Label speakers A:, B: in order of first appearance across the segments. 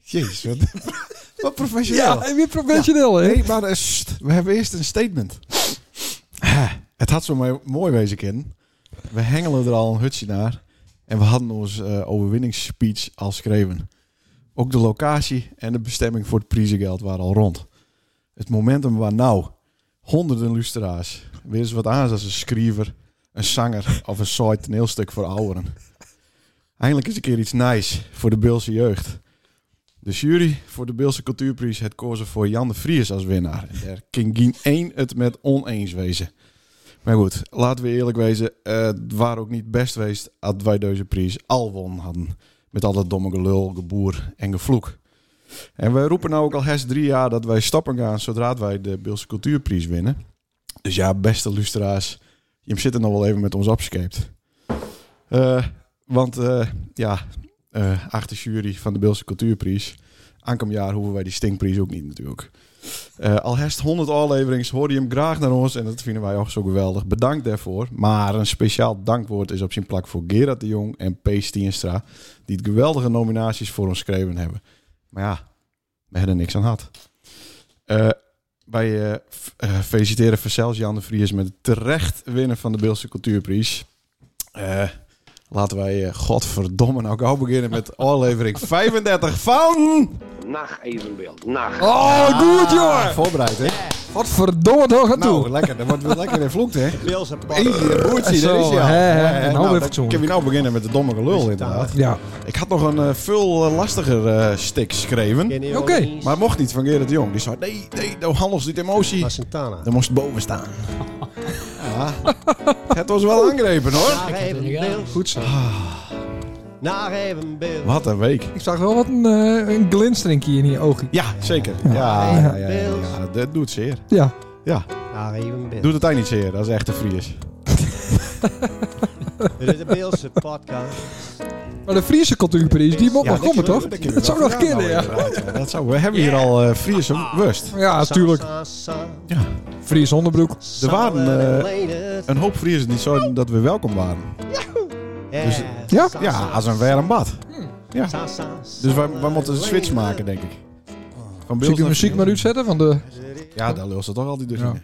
A: Jezus, wat, wat professioneel.
B: Ja, en weer professioneel, hè?
A: Nee, maar eh, sst, we hebben eerst een statement. Ah, Het had zo mooi- mooi wezen, Ken. We hengelen er al een hutje naar. En we hadden onze eh, overwinningsspeech al geschreven. Ook de locatie en de bestemming voor het prijzengeld waren al rond. Het momentum waar nou honderden luisteraars weer eens wat aan als een schrijver, een zanger of een saai toneelstuk voor ouderen. Eindelijk is een keer iets nice voor de Beelse jeugd. De jury voor de Beelse Cultuurprijs had kozen voor Jan de Vries als winnaar. En Daar kan geen één het met oneens wezen. Maar goed, laten we eerlijk wezen. eh, het waren ook niet best geweest dat wij deze prijs al won hadden. Met al dat domme gelul, geboer en gevloek. En wij roepen nou ook al hers drie jaar dat wij stappen gaan zodra wij de Beelse Cultuurprijs winnen. Dus ja, beste luisteraars, je zit er nog wel even met ons opskeept. Eh, want eh, ja, eh achter jury van de Beelse Cultuurprijs aankomend jaar hoeven wij die stinkprijs ook niet natuurlijk. Eh, al herst 100 afleverings hoorde je hem graag naar ons en dat vinden wij ook zo geweldig. Bedankt daarvoor. Maar een speciaal dankwoord is op zijn plak voor Gerard de Jong en P. Stienstra, die het geweldige nominaties voor ons geschreven hebben. Maar ja, we hebben er niks aan gehad. Eh, wij eh, f- eh, feliciteren Versels Jan de Vries met het terecht winnen van de Beelse Cultuurprijs. Eh, laten wij, eh, godverdomme, nou gauw beginnen met aflevering 35 van...
C: Nacht evenbeeld, nacht.
A: Ah.
B: Oh, doe het, jongen!
A: Voorbereid, hè?
B: Wat verdomme door gaat
A: Nou,
B: toe.
A: lekker. Dan wordt weer lekker weer vloekt, hè?
D: Beelse pad.
A: Eén keer broertje, daar
B: Zo,
A: is hij al.
B: hè, hè.
A: Ja, hè.
B: Nou,
A: Nou,
B: weer
A: dan
B: fatsoen.
A: kunnen we nou beginnen met de domme gelul, inderdaad.
D: inderdaad.
B: Ja,
A: Ik had nog een eh, veel eh, lastiger eh stick geschreven.
B: oké.
A: Maar het mocht niet van Gerrit de Jong. Die zei, nee, nee, nou handels niet emotie.
D: Maar Santana.
A: Dan moest het boven staan. Ja. Het was wel aangrepen, hoor.
D: Naar even beeld.
B: Goed zo.
A: Ah.
D: Naar even beeld.
A: Wat een week.
B: Ik zag wel wat een, eh een glinstering hier in je ogen.
A: Ja, zeker. Ja, ja, ja, ja,
D: Beeld.
A: ja. Dat doet zeer.
B: Ja.
A: Ja,
D: Naar even beeld.
A: doet het hij niet zeer. Dat is echt een Fries.
B: Oh,
D: Dit is de Beelse podcast.
B: Maar de Friese cultuurprijs, die moet
D: Ja,
B: nog
D: dat
B: komen,
D: kunnen we-
B: toch?
D: dat kunnen
B: Dat zou nog kunnen, ja.
A: Dat zou, we hebben hier al eh Friese worst.
B: Ja,
D: Sa,
B: tuurlijk.
D: sa, sa.
A: Ja.
B: Friese onderbroek.
A: Er waren,
D: Sander
A: eh,
D: en Leendert.
A: Een hoop Friesen die zouden dat we welkom waren. dus-
B: Ja?
D: sa,
A: Ja,
D: sa,
A: als een warm bad.
D: sa, sa, sa,
A: Dus wij, wij moeten een switch
D: Leendert.
A: maken, denk ik. Van
B: Zie ik
A: Beels
B: de
A: naar
B: muziek
A: Friesen.
B: maar uitzetten van de...
A: Ja, daar lul ze toch al die dus
B: Ja.
A: in.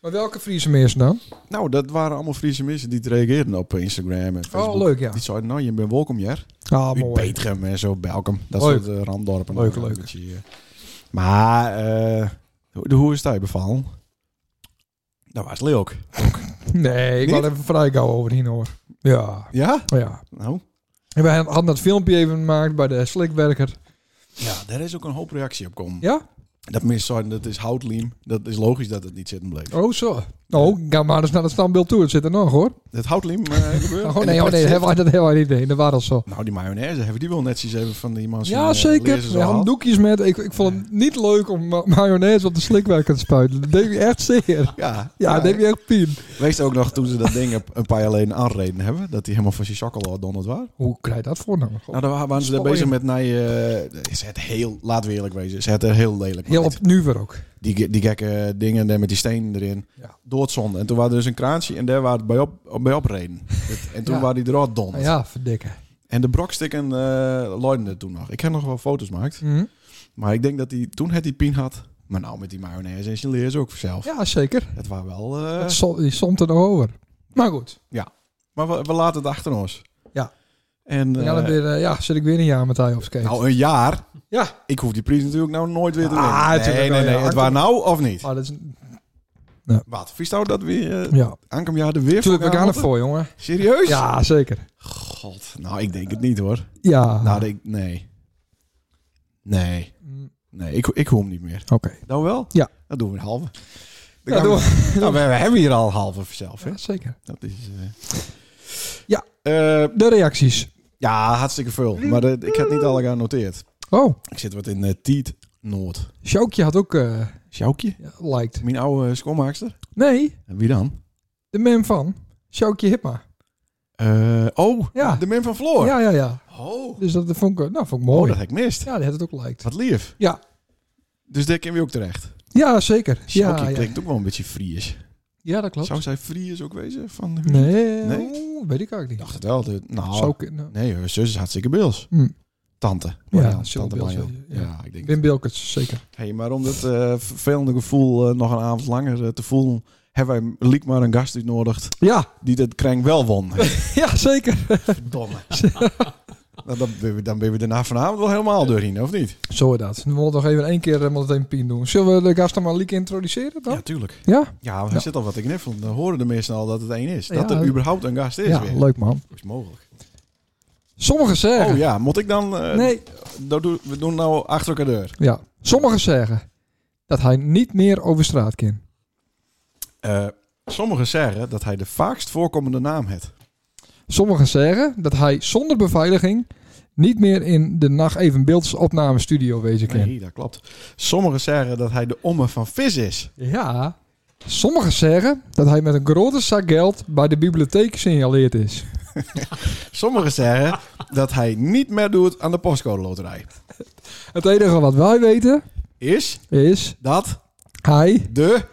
B: Maar welke Friese mensen dan? Oh,
A: Nou, dat waren allemaal Friese mensen die het reageerden op Instagram en Facebook.
B: Oh, leuk, ja.
A: Die zeiden, nou, je bent welkom, hier.
B: Ah,
A: Uit
B: mooi.
A: Petegem en zo, Belkum. Dat
B: Leuk.
A: soort eh, randdorpen.
B: Leuk,
A: Een
B: leuk.
A: beetje, eh. Maar, eh, hoe, hoe is het bevallen? Dat was leuk.
B: Nee, ik wil
A: Niet?
B: even vrij gauw over hier hoor. Ja, Oh,
A: Ja?
B: ja.
A: Nou.
B: En wij hadden dat filmpje even gemaakt bij de slikwerker.
A: Ja, daar is ook een hoop reactie op komen.
B: Ja?
A: Dat mensen zeiden, dat is houtliem. Dat is logisch dat het niet zitten bleef.
B: Oh, zo. Nou, ga maar eens naar het standbeeld toe. Het zit er nog, hoor.
A: Het houtliem eh gebeuren.
B: Oh
A: En de
B: nee, oh, nee dat
A: pretzel.
B: hebben wij- dat hebben wij niet. Nee, dat waren al zo.
A: Nou, die mayonaise hebben die wel netjes even van die eh, man.
B: Ja, zeker. We hadden doekjes met. Ik, ik vond het niet leuk om ma- mayonaise op de slikwerker te spuiten. Dat deed me echt zeer.
A: Ja,
B: Ja, dat deed me echt pijn.
A: Wees ook nog toen ze dat ding een- een paar jaar geleden aanreden hebben, dat die helemaal van zijn sokkel al donderd was.
B: Hoe krijg je dat voor nou?
A: Nou, daar wa- waren ze daar
B: Spoor.
A: bezig met nee, eh, is het heel, laten we eerlijk wezen, is het er heel lelijk.
B: Heel op
A: uit.
B: nu weer ook.
A: Die, ge- die gekke dingen daar met die steen erin,
B: Ja.
A: doodzonde. En toen waren er dus een kraantje en daar waren het bij, op, op- bij opreden. Dat- En toen
B: Ja.
A: waren die er al donderd.
B: Ja, verdikken.
A: En de brokstikken eh looiden er toen nog. Ik heb nog wel foto's gemaakt.
B: Mhm.
A: Maar ik denk dat hij toen het die pien had. Maar nou, met die mayonaise en zijn leer ze ook vanzelf.
B: Ja, zeker.
A: Het waren wel... eh,
B: Het som- Die somt er nog over. Maar goed.
A: Maar we, we laten het achter ons.
B: Ja.
A: En
B: Ja, dan
A: eh,
B: weer, eh, ja, zit ik weer een jaar met hij op skate.
A: nou, een jaar.
B: Ja.
A: Ik hoef die prijs natuurlijk nou nooit weer te
B: Ah,
A: winnen. nee,
B: natuurlijk
A: nee,
B: wel,
A: nee.
B: ja.
A: Het waar nou of niet?
B: Maar dat is...
A: Wat? Vies nou dat we eh,
B: Ja.
A: aankomend jaar er weer
B: Tuurlijk, we
A: voor
B: gaan
A: moeten?
B: ervoor, jongen.
A: Serieus?
B: Ja, zeker.
A: God. Nou, ik denk het niet hoor.
B: Ja.
A: Nou, ik, nee. Nee.
B: Mm,
A: Nee, ik, ik hoef hem niet meer.
B: Oké.
A: Nou wel?
B: Ja.
A: Dat doen we een halve. Dan
B: Ja,
A: gaan we-
B: doen we-
A: Nou, we, we hebben hier al een halve zelf. Hè?
B: Ja, zeker.
A: Dat is... eh,
B: Ja.
A: Eh,
B: De reacties.
A: Ja, hartstikke veel. Maar dat- ik heb niet alle genoteerd.
B: Oh,
A: Ik zit wat in eh Tiet Noord.
B: Sjoukje had ook eh
A: Sjoukje?
B: liked.
A: Mijn oude eh, schoonmaakster.
B: Nee,
A: En Wie dan?
B: de mem van Sjoukje Hipma.
A: Eh, oh,
B: Ja.
A: de man van Floor.
B: Ja, ja, ja.
A: Oh.
B: Dus dat vond ik, nou, vond ik
A: oh,
B: mooi.
A: dat heb ik mist.
B: ja, die had het ook liked.
A: Wat lief.
B: Ja.
A: Dus daar kunnen we ook terecht.
B: Ja, zeker.
A: Sjoukje
B: Ja, ja.
A: klinkt ook wel een beetje Fries.
B: ja, dat klopt.
A: Zou zij Fries ook wezen? Van Ik
B: Nee,
A: Nee?
B: oh, weet ik eigenlijk niet.
A: dacht het wel. De, nou,
B: Zou kunnen.
A: nee, haar zus is hartstikke Beels.
B: Hm.
A: Tante.
B: Ja,
A: Marjan,
B: Cheryl
A: tante
B: Beels,
A: Marjan.
B: ja.
A: Ja. ik denk.
B: Wim Bilkens, zeker.
A: Hey, maar om dat eh, vervelende gevoel eh, nog een avond langer eh, te voelen, hebben wij Liek maar een gast uitnodigd
B: Ja,
A: die dat kring wel won.
B: ja zeker.
D: Domme.
A: Nou, dan, ben je- dan ben je daarna vanavond wel helemaal doorheen, of niet?
B: Zo dat. We moeten nog even één keer eh, moet het even pien doen. Zullen we de gast dan maar leak introduceren dan?
A: tuurlijk.
B: Ja?
A: Ja, maar
B: Ja.
A: er zit al wat te kniffelen. Dan horen de mensen al dat het één is. Dat
B: Ja.
A: er überhaupt een gast is
B: Ja,
A: weer.
B: leuk man.
A: Is mogelijk.
B: Sommigen zeggen...
A: Oh ja, moet ik dan... eh,
B: Nee.
A: dat doe- we doen nou achter elkaar deur.
B: Ja. Sommigen zeggen dat hij niet meer over straat kan.
A: Eh, sommigen zeggen dat hij de vaakst voorkomende naam heeft.
B: Sommigen zeggen dat hij zonder beveiliging niet meer in de nacht even beeldsopnamestudio wezen kan.
A: Nee, dat klopt. Sommigen zeggen dat hij de omme van vis is.
B: Ja. Sommigen zeggen dat hij met een grote zak geld bij de bibliotheek gesignaleerd is.
A: Sommigen zeggen dat hij niet meer doet aan de postcode loterij.
B: Het enige wat wij weten
A: Is
B: is
A: dat
B: hij
A: de...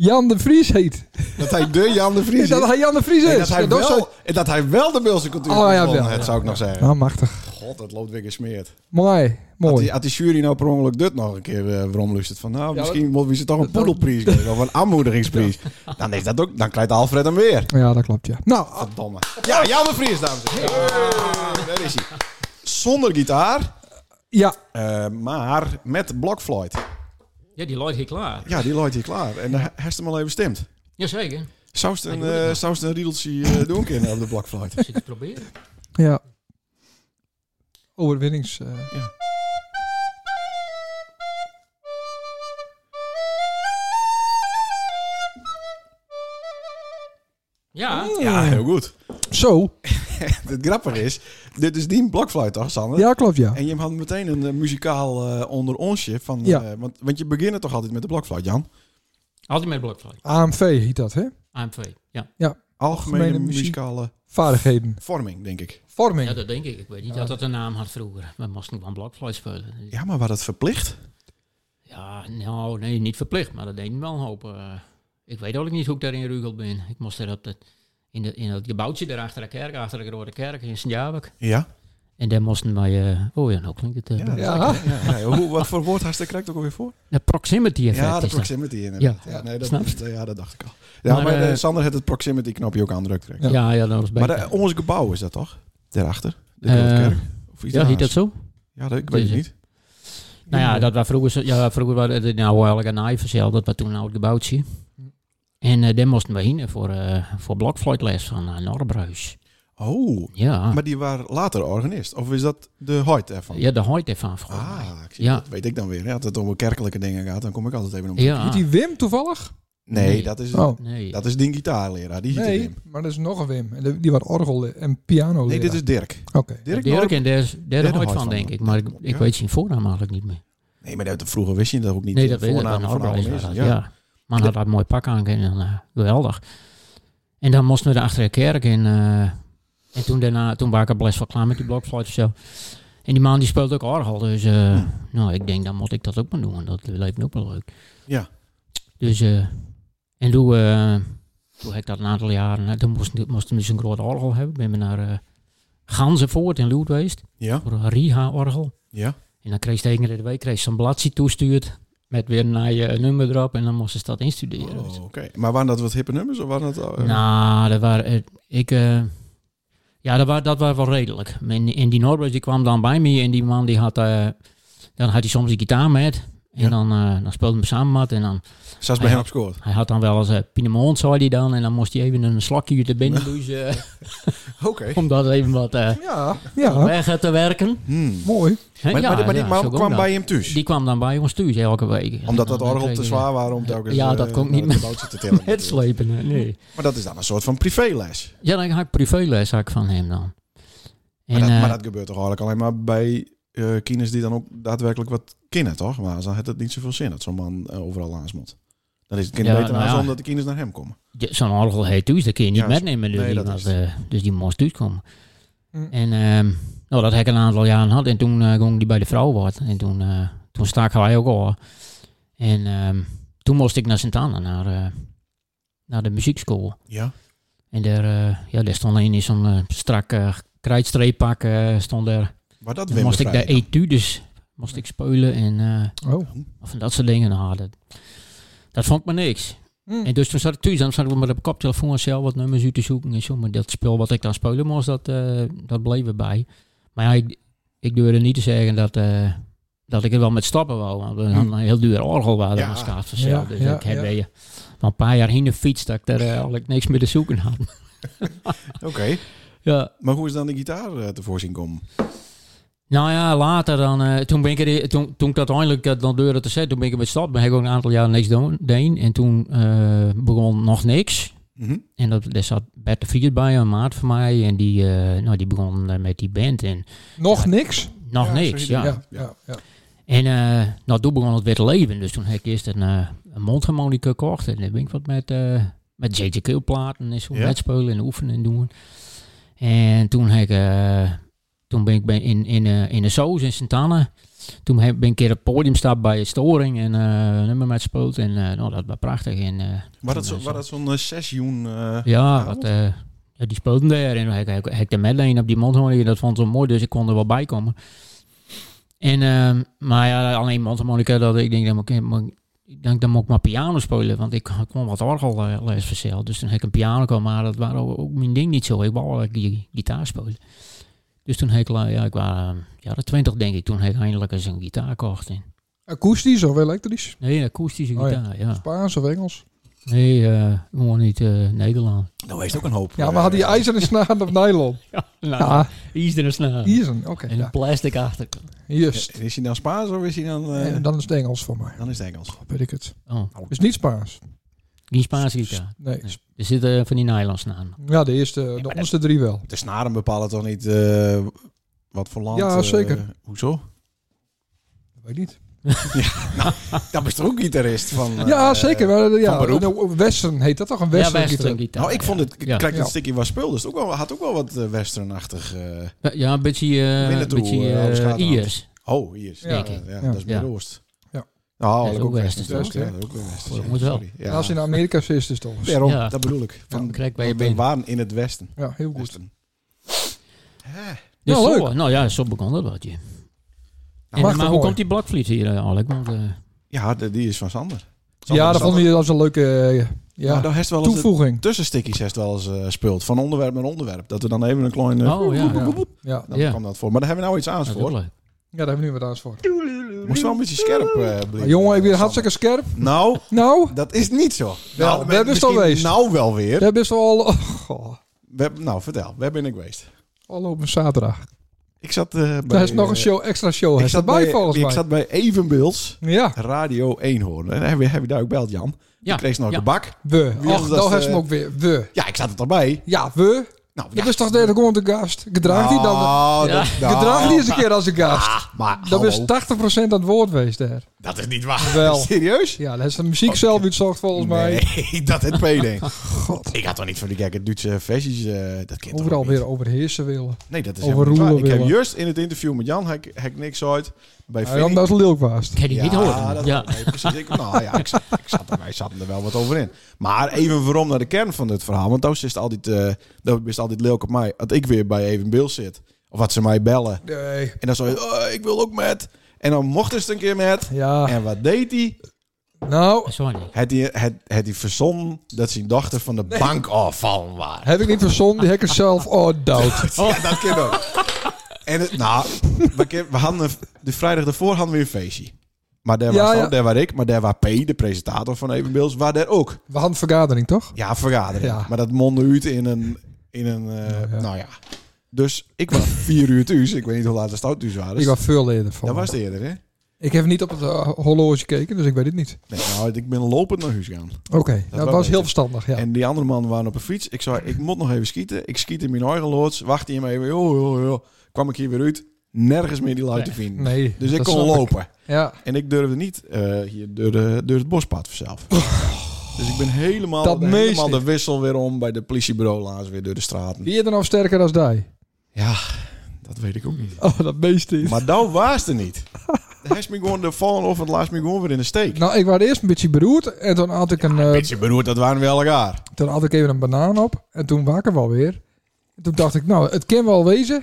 B: Jan de Vries heet.
A: Dat hij de Jan de Vries
B: Is
A: is.
B: dat hij Jan de Vries is?
A: Nee, dat, hij
B: Ja, dat zou-
A: wel, dat hij wel de Beelse cultuur
B: Oh, ja,
A: gewonnen
B: wel.
A: heeft, zou ik nog zeggen.
B: Nou, machtig.
A: God, dat loopt weer gesmeerd.
B: Mooi.
A: Had
B: Mooi.
A: die, had die jury nou per ongeluk dit nog een keer eh het van, nou,
B: Ja,
A: misschien moeten we ze toch een poedelprijs geven of een aanmoedigingsprijs. Dan is dat ook, dan krijgt Alfred hem weer.
B: Ja, dat klopt, ja. Nou,
A: Verdomme. Ja, Jan de Vries, dames en heren. Ja, Daar is hij. Zonder gitaar,
B: ja.
A: eh, maar met blokfluit.
E: Ja, die Lloyd hier klaar.
A: Ja, die looit hier klaar. En dan heeft hem al even stemd.
E: Jazeker.
A: Zou ze een,
E: Ja, die doe ik
A: eh,
E: nog.
A: zou ze een riedeltje eh, doen kunnen op de blokfluit?
E: Zit te proberen.
B: Ja. Overwinnings... eh,
A: Ja.
E: Ja,
A: Ja, heel goed.
B: Zo.
A: Het grappige is, dit is die blokfluit toch, Sander?
B: Ja, klopt, ja.
A: En je had meteen een eh, muzikaal eh, onder onsje. Van,
B: Ja.
A: eh, want, want je begint het toch altijd met de blokfluit, Jan?
E: altijd met blokfluit.
B: AMV heet dat, hè?
E: AMV. Ja.
A: Algemene,
B: Algemene muziek.
A: muzikale
B: Vaardigheden.
A: vorming, denk ik.
B: Vorming.
E: ja, dat denk ik. Ik weet niet dat dat een naam had vroeger. We moesten gewoon blokfluit spelen.
A: Ja, maar was dat verplicht?
E: Ja, nou, nee, niet verplicht, maar dat deed ik wel een hoop. eh. ik weet ook niet hoe ik daar in Rugel ben. Ik moest daar op dat, in, de, in dat gebouwtje daar achter de kerk, achter de Rode Kerk in Sint-Jabek.
A: Ja.
E: En daar moesten wij, eh, oh ja, nou klinkt het. eh,
A: Ja.
E: bij-
B: Ja.
A: ja, ja. Hoe, wat voor woord had je daar correct ook alweer voor?
E: De proximity effect
A: Ja, de
E: is dat.
A: proximity inderdaad. Ja,
E: Ja.
A: nee, dat,
E: Snap
A: ja, dat dacht ik al. Ja, maar,
E: Maar,
A: eh,
E: eh,
A: Sander had het proximity knopje ook aandrukt. correct.
E: Ja, ja, dat was
A: Maar
E: beter.
A: de, ons gebouw is dat toch? Daarachter? De
E: Eh,
A: Grote Kerk? Of iets
E: ja, heet
A: daarnaast?
E: dat zo?
A: Ja, dat, ik weet het niet.
E: Nou ja, dat was vroeger, zo- ja, vroeger waren het nou eigenlijk een naaiverzeil, dat was toen nou het gebouwtje. En eh daar moesten we heen voor, eh voor blokfluitles van eh Norbruis.
A: Oh,
E: Ja.
A: maar die waren later organist. Of is dat de hoid ervan?
E: Ah. ja, de hoort ervan. volgens mij.
A: Ah, ik zie,
E: Ja.
A: dat weet ik dan weer. Ja, dat het om kerkelijke dingen gaat, dan kom ik altijd even om.
B: Heet
E: Ja.
B: die Wim toevallig?
A: Nee,
E: Nee.
A: dat is
B: Oh.
E: Nee.
A: dat is die gitaarleraar. Die nee.
B: Nee, maar er is nog een Wim. En de- Die wat orgel en piano
A: Nee, dit
B: leraar.
A: is Dirk.
B: Oké.
A: Dirk,
E: Oh, Dirk
A: Noordhoek.
E: en daar is daar
A: Daar
E: de
A: de
E: hoort
A: hoort
E: van,
A: van.
E: denk ik. Maar ik, ik
A: Ja.
E: weet zijn voornaam eigenlijk niet meer.
A: Nee, maar dat, vroeger wist je dat ook niet.
E: Nee,
A: de
E: dat weet ik. Dat
A: voornamen
E: was
A: van
E: Norbruis.
A: alle
E: was dat,
A: mensen.
E: Ja. Man had dat mooi pak aan en eh, geweldig. En dan moesten we er achter de kerk in. eh, en toen daarna, toen waren ik er best wel klaar met die blokfluit of zo. En die man die speelt ook orgel, dus eh,
A: Hm.
E: nou, ik denk dan moet ik dat ook maar doen, want dat lijkt me ook wel leuk.
A: Ja.
E: Dus eh, en toen, eh, toen heb ik dat een aantal jaren, eh, toen moesten moesten we dus een groot orgel hebben. Ben we naar eh Ganzenvoort in Loerdweest
A: Ja,
E: voor een Riha-orgel.
A: ja.
E: En dan kreeg ze tegen de week kreeg ze een bladje toestuurd. Met weer naar je nummer erop. En dan moesten ze dat
A: Oh,
E: instuderen.
A: Oké, maar waren dat wat hippe nummers? Of waren dat, eh,
E: Nou, dat waren... eh, Ik... eh, ja, dat was, dat was wel redelijk. En, en die Norbert die kwam dan bij me en die man die had... eh, dan had hij soms die gitaar met. En
A: Ja.
E: dan, eh dan speelden we samen wat. En dan,
A: Zelfs bij
E: ah, ja.
A: hem op scoort.
E: hij had dan wel eens eh Pinemont, zei hij dan. En dan moest hij even een slokje te binnen douchen. eh,
A: Oké.
E: om dat even wat eh,
B: Ja, ja.
E: weg eh, te werken.
A: Hmm.
B: Mooi.
E: Hè,
A: Maar,
E: ja,
A: maar, maar die
E: ja,
A: man
E: zo ging
A: kwam
E: dat.
A: bij hem thuis.
E: Die kwam dan bij ons thuis elke week. En
A: Omdat
E: dan-
A: dat orgel
E: dan
A: te
E: kreeg je-
A: zwaar waren om telkens...
E: Ja, dat
A: eh,
E: kon ik
A: naar
E: niet
A: de bootje te tillen.
E: Het slepen, hè, nee.
A: Maar dat is dan een soort van privéles.
E: Ja, dan had ik privéles had ik van hem dan.
A: Maar,
E: En,
A: dat,
E: eh,
A: maar dat gebeurt toch eigenlijk alleen maar bij eh kinders die dan ook daadwerkelijk wat kennen, toch? Maar dan heeft het niet zoveel zin dat zo'n man eh, overal langs moet. Dan is het kind
E: Ja,
A: beter
E: nou
A: aan
E: ja.
A: omdat de kinderen naar hem komen.
E: ja, zo'n orgel heet thuis, dat kun je niet
A: Ja, zo-
E: metnemen. Dus,
A: nee,
E: die
A: dat
E: was,
A: is het.
E: eh, dus die moest thuis komen.
B: Mm.
E: En ehm, nou, dat heb ik een aantal jaren had. En toen eh ging die bij de vrouw wat. En toen, eh, toen stak hij ook al. En ehm, toen moest ik naar Sint-Anna, naar, eh, naar de muziekschool.
A: Ja.
E: En daar, eh, ja, daar stond een in zo'n eh, strak eh krijtstreeppak. eh, stond er
A: Maar dat
E: Dan
A: weer
E: moest ik daar
A: bevrijding.
E: etudes moest ik spelen en eh,
B: Oh.
E: of van dat soort dingen. Nou, dat, dat vond ik maar niks.
B: Hm.
E: En dus toen zat ik thuis, dan zat ik met op koptelefoon zelf wat nummers uit te zoeken en zo. Maar dat spel wat ik dan spelen moest, dat, eh, dat bleef erbij. Maar ja, ik, ik durfde niet te zeggen dat, eh, dat ik het wel met stappen wou. Want we hadden een heel duur orgel waar
A: Ja.
E: ja. was kaart verzeld.
B: Hm. Ja,
E: dus
B: ja,
E: ik heb
B: ja.
E: eh, al een paar jaar heen de fiets dat ik daar eh, eigenlijk niks meer te zoeken had.
A: Oké,
E: ja.
A: maar hoe is dan de gitaar eh, te voorzien komen?
E: Nou ja, later dan, eh, toen ben ik er, toen, toen ik dat eindelijk eh, dan deur te zetten, toen ben ik er met stap, ben ik ook een aantal jaar niks doen- deed. En toen eh, begon nog niks.
A: Mhm.
E: En dat, daar zat Bert de Vriet bij, een maat van mij. En die, eh, nou, die begon eh, met die band. En
B: Nog niks?
E: nog
A: Ja,
E: niks,
A: zoiets,
E: ja.
B: Ja, ja, ja.
E: En eh, nou, toen begon het weer te leven. Dus toen heb ik eerst een, eh, een mondharmonica gekocht. En dan ben ik wat met, eh met JJ Killplaten en zo.
A: Ja.
E: Ja. Spelen en oefenen en doen. En toen, heb ik, eh, toen ben ik bij- in, in, eh, in de Soos in Santana. Toen heb, ben ik een keer op het podium stap bij Storing. En eh, een nummer met speelt. En eh, nou, dat was prachtig. En, eh,
A: Waar dat,
E: toen,
A: zo,
E: eh,
A: waar dat zo'n eh, sessioen... eh,
E: ja,
A: avond?
E: wat, eh, ja, die speelden daar. En hij ik, ik de medlijn op die mondharmonica. Dat vond ze mooi, dus ik kon er wel bij komen. En, ehm, maar ja, alleen mondharmonica, dat ik denk, dan moet ik, moet ik- ik denk, dan moet ik maar piano spelen. Want ik ik kon wat orgelles verzeld. Dus toen heb ik een piano komen, maar dat was ook ook mijn ding niet zo. Ik wou eigenlijk die gitaar spelen. Dus toen heb ik, la- ja, ik was ehm, jaren twintig denk ik, toen heb ik eindelijk eens een gitaar gekocht. En-
B: Akoestisch of elektrisch?
E: Nee, een akoestische
B: Oh ja.
E: gitaar, ja.
B: Spaans of Engels?
E: Nee, eh, gewoon niet eh Nederland.
A: Nou, heeft ook een hoop.
B: Ja,
A: eh,
B: maar had die ijzeren snaren of nylon?
E: Ja, nou,
B: Ja,
E: is er een snaar.
B: ijzeren. Oké,
E: En een
B: ja.
E: plastic achterkant.
B: Juist.
A: Is hij nou Spaans of is hij dan... eh,
B: En dan is het Engels voor mij.
A: Dan is het Engels.
B: Weet ik het.
E: Oh,
B: Is niet Spaans.
E: die Spaanse gitaar.
B: Nee.
E: Er zitten eh, van die nylons aan.
B: Ja, de eerste, de
A: dat-
B: onderste drie wel.
A: De snaren bepalen toch niet eh, wat voor land...
B: Ja,
A: eh,
B: zeker.
A: hoezo?
B: Dat weet ik niet.
A: Dat is toch ook gitarist van... eh,
B: ja, zeker. Maar, eh, ja,
A: van beroep.
B: een western heet dat toch? Een western? gitaar?
E: gitaar.
A: Nou, ik vond het... Ik
E: Ja,
A: krijg
B: Ja.
A: dat stukje waar spul. Dus het ook wel, had ook wel wat eh, westernachtig... eh,
E: ja, ja, een beetje, eh een
A: Winnetou,
E: beetje
A: eh, alles gaat
E: eh,
A: aan.
E: Iers.
A: Oh, hier is
B: Ja,
A: ja,
E: denk ik.
A: ja,
B: Ja.
A: dat is meer
E: Ja.
A: Oost.
B: Ja.
A: Nou,
E: Dat is
A: dat
E: ook
A: ook West
E: West,
A: natuurlijk.
B: is
A: Ja,
B: dat,
A: dat is ook wel West.
E: Dat
A: ja,
E: moet wel.
A: sorry. Ja.
B: Ja, Als je naar Amerika zit, is het ons.
A: Daarom,
E: Ja.
A: dat bedoel ik.
E: Dan krijg ik bij je
A: want we
E: been.
A: waren in het Westen.
B: Ja, heel goed.
A: Westen.
E: Dus
B: Nou,
E: zo, nou ja, zo begon dat wat. je.
A: Nou,
E: En,
B: mag
E: eh, maar
B: toch
E: hoe
B: mooi.
E: komt die blakvliet hier eh, eigenlijk? Want, eh,
A: Ja, de- die is van Sander.
B: Ja, dat vonden we als een leuke eh,
A: Ja, maar
B: ja,
A: daar heeft wel eens...
B: toevoeging.
A: Tussenstikkies heeft wel eens eh, speelt. Van onderwerp naar onderwerp. Dat we dan even een klein... eh,
E: oh ja, ja.
B: Ja. Ja.
A: Dan
E: Ja.
A: kwam dat voor. Maar daar hebben we nou iets aans
E: dat is
A: voor.
E: ook leuk.
B: ja, daar hebben we nu wat aan voor.
A: Moest wel een beetje scherp eh blijven.
B: Maar jongen, ik ben
A: Sander.
B: hartstikke scherp.
A: Nou,
B: Nou,
A: dat is niet zo.
B: we hebben het al
A: misschien
B: geweest.
A: Nou wel weer.
B: dat is wel al... Oh, goh,
A: We hebben- nou, vertel. Waar ben ik geweest?
B: al op een zaterdag.
A: Ik zat eh, bij...
B: Daar is nog een
A: eh,
B: show, extra show. Hij
A: ik zat
B: staat bij
A: bij,
B: volgens
A: ik
B: mij.
A: zat bij Evenbeelds
B: Ja,
A: Radio 1 horen. En heb je, heb je daar ook beld, Jan?
E: Ja,
A: Ik kreeg ze nog
E: ja.
A: de bak.
B: we.
A: Wie
B: Och,
A: anders
B: nou
A: dat,
B: heeft hem
A: eh,
B: ook weer. We.
A: Ja, ik zat er toch bij.
B: Ja, we.
A: Nou,
B: Dat is toch de hele gewoon de gast. Gedraag die dan.
A: Nou,
E: Ja.
A: dat- nou,
B: Gedraag die eens een keer als een gast.
A: Ah, maar
B: Dat
A: hallo,
B: is 80% aan het woord geweest daar.
A: dat is niet waar.
B: Wel.
A: Serieus?
B: Ja, dat is de muziek zelf uitzocht volgens mij.
A: Nee, dat het PD. Ik had toch niet van die gekke Duitse versies. eh, dat kind
B: Overal weer overheersen willen.
A: Nee, dat is
B: over
A: helemaal niet waar.
B: roeren
A: Ik heb
B: willen.
A: juist in het interview met Jan, heb ik, heb ik niks uit. Bij
B: Ja, dan
A: Vinnie-
B: dat is Lilkwaast.
E: Ik heb die niet horen.
A: dat-
E: ja.
A: nee, precies. Ik, nou ja, ik, zat- ik zat er, wij zaten er wel wat over in. Maar even voorom naar de kern van dit verhaal. Want dat is altijd, eh dat is altijd leuk op mij. Dat ik weer bij Even Bill zit. Of wat ze mij bellen.
B: Nee.
A: En dan zo, oh, ik wil ook met. En dan mocht eens een keer met.
B: Ja,
A: En wat deed hij?
B: nou,
E: Sorry.
A: Had hij, had, had hij verzonnen dat zijn dochter van de bank afvallen was.
B: heb ik niet verzonnen. Die hekken zelf. Oh, dood.
A: Ja, dat kan ook. En het, nou, we, ken- we hadden een- de vrijdag daarvoor hadden we een feestje. Maar daar
B: Ja,
A: was
B: ja.
A: ook, daar waar ik, maar daar waar P, de presentator van Evenbeels, waar daar ook.
B: We hadden een vergadering, toch?
A: Ja, vergadering.
B: Ja.
A: Maar dat mondde uit in een... In een eh,
B: Ja, ja.
A: Nou ja. Dus ik was vier uur thuis. Ik weet niet hoe laat de stout thuis waren.
B: Ik was veel eerder van.
A: dat was het eerder, hè?
B: Ik heb niet op het eh, horloge gekeken, dus ik weet het niet.
A: Nee, nou, ik ben lopend naar huis gegaan.
B: Oké, dat,
A: wel
B: was heel
A: beter.
B: verstandig, ja.
A: En die andere mannen waren op een fiets. Ik zei, ik moet nog even schieten. Ik schiet in mijn eigen loods. Wacht hier mee. Yo, yo, yo. Kwam ik hier weer uit. Nergens meer die lui te vinden.
B: nee.
A: Dus ik
B: dat
A: kon
B: snap
A: lopen.
B: Ja,
A: En ik durfde niet eh, hier door, de, door het bospad zelf. Dus ik ben helemaal,
B: Oh. Dat meest
A: helemaal de
B: niet.
A: wissel weer om bij de politiebureau laatst weer door de straten.
B: wie is er nou sterker als die?
A: Ja, dat weet ik ook niet.
B: Oh, dat beest is.
A: Maar dat was er niet. Hij is me gewoon de vallen of het laatst me gewoon weer in de steek.
B: Nou, ik was eerst een beetje beroerd en toen had ik, een, eh,
A: Beetje beroerd, dat waren we elkaar.
B: toen had ik even een banaan op en toen wakker wel weer. En toen dacht ik, nou, het kan wel wezen.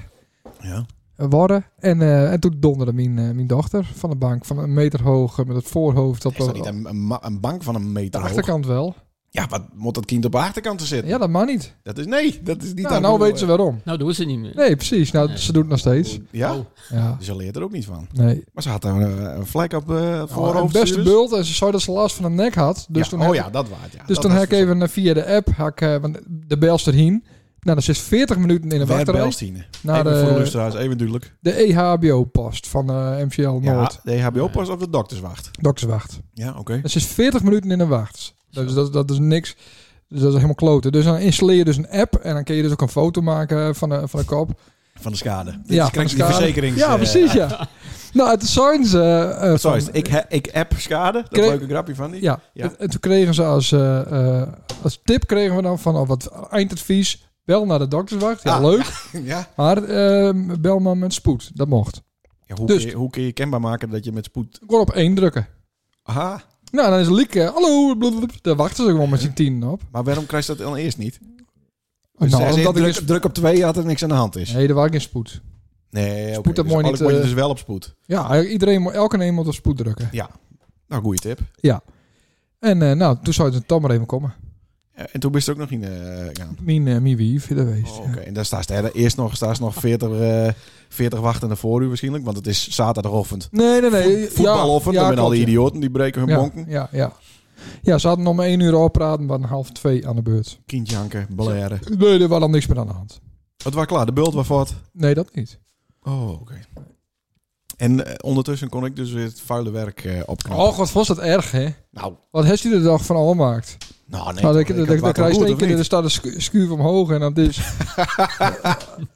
A: Ja.
B: eh, worden. En, eh, en toen donderde mijn, eh, mijn dochter van de bank van een meter hoog eh, met het voorhoofd op,
A: Is dat
B: op
A: niet een, een, ma- een bank van een
B: de
A: meter hoog?
B: achterkant wel.
A: Ja, wat moet dat kind op de achterkant te zitten?
B: Ja, dat mag niet.
A: Dat is nee, dat is niet.
B: Nou, nou weten ze waarom.
E: Nou doen ze het niet meer.
B: Nee, precies. Nou,
E: Nee.
B: ze doet het nog steeds.
A: Ja, Dus
B: Ja,
A: ze leert er ook niet van.
B: nee.
A: Maar ze had een, eh, een vlek op eh, het
B: Nou, het
A: voorhoofd.
B: beste
A: dus.
B: bult en ze zei dat ze last van een nek had. Dus
A: Ja,
B: toen
A: oh
B: heb
A: ja,
B: ik-
A: dat waard. Ja.
B: dus
A: Dat
B: toen
A: was
B: heb ik even eh, via de app, had ik, eh, want de belster heen. Nou, dat zit 40 minuten in de
A: Waar
B: wachtrij.
A: Belstine?
B: Naar eh,
A: even voor de
B: de,
A: luisteraars, even duidelijk.
B: de E EHBO-post van eh, MCL Noord.
A: Ja, de HBO pas of de dokterswacht.
B: Dokterswacht.
A: Ja, oké.
B: Dat is 40 minuten in een wacht. Dus dat, dat is niks. Dus dat is helemaal kloten. Dus dan installeer je dus een app en dan kun je dus ook een foto maken van de, van de kop.
A: Van de schade. Ja,
B: van
A: je
B: de
A: krijgt die
B: schade.
A: verzekerings...
B: Ja,
A: eh,
B: precies, ja. nou, het zijn ze... eh,
A: Wat zou
B: van-
A: je het? Ik, he- ik app schade. Dat
B: Kreeg-
A: leuke grapje van die.
B: Ja,
A: Ja.
B: En, en toen kregen ze als, eh, eh, als tip kregen we dan van oh, wat eindadvies. Bel naar de dokterswacht. Ja,
A: Ah.
B: leuk.
A: Ja.
B: Maar eh, bel maar met spoed. Dat mocht.
A: Ja, hoe,
B: Dus-
A: kun je, hoe kun je kenbaar maken dat je met spoed...
B: Gewoon op één drukken.
A: Aha,
B: Nou, dan is Lieke. Hallo. blablabla. Daar wachten ze gewoon met z'n tien op.
A: maar waarom krijg je dat dan eerst niet? Dus
B: Nou,
A: zij zegt,
B: omdat ik
A: druk,
B: eens-
A: druk op twee had er niks aan de hand is.
B: Nee, er was geen spoed.
A: Nee, oké.
B: Spoed dat
A: dus
B: mooi
A: eigenlijk
B: niet,
A: word je
B: eh,
A: dus wel op spoed.
B: Ja, iedereen, moet- elke een moet op spoed drukken.
A: Nou, goede tip.
B: En eh, nou, toen zou het dan maar even komen.
A: Eh, En toen ben je er ook nog in eh gaan.
B: Mijn, eh mijn wief, dat wees.
A: Oh, Oké, en daar staat er eerst nog, staat nog 40, eh 40 wachtende voor u waarschijnlijk, want het is zaterdagochtend.
B: Nee, nee, nee. Ja,
A: Voetbaloffen,
B: ja,
A: dan zijn al die
B: klopt,
A: idioten die breken hun
B: ja.
A: bonken.
B: Ja, ja, ja. Ja, ze hadden om één uur oppraten, waren half twee aan de beurt.
A: Kindje hanken, blaren.
B: Nee, er was dan niks meer aan de hand.
A: Het was klaar, de bult was wat.
B: Nee, dat niet.
A: Oh, oké. En eh, ondertussen kon ik dus weer het vuile werk eh opknappen.
B: Och, wat Oh, was dat erg, hè?
A: Nou,
B: Wat heeft hij er dag van al gemaakt?
A: nou nee.
B: nou,
A: toch,
B: dan-
A: ik
B: dan-
A: had
B: dan-
A: wat
B: dan
A: wel
B: krijg je
A: goed,
B: één
A: of
B: keer,
A: niet?
B: er staat een schu- schuur omhoog en dat is... dus-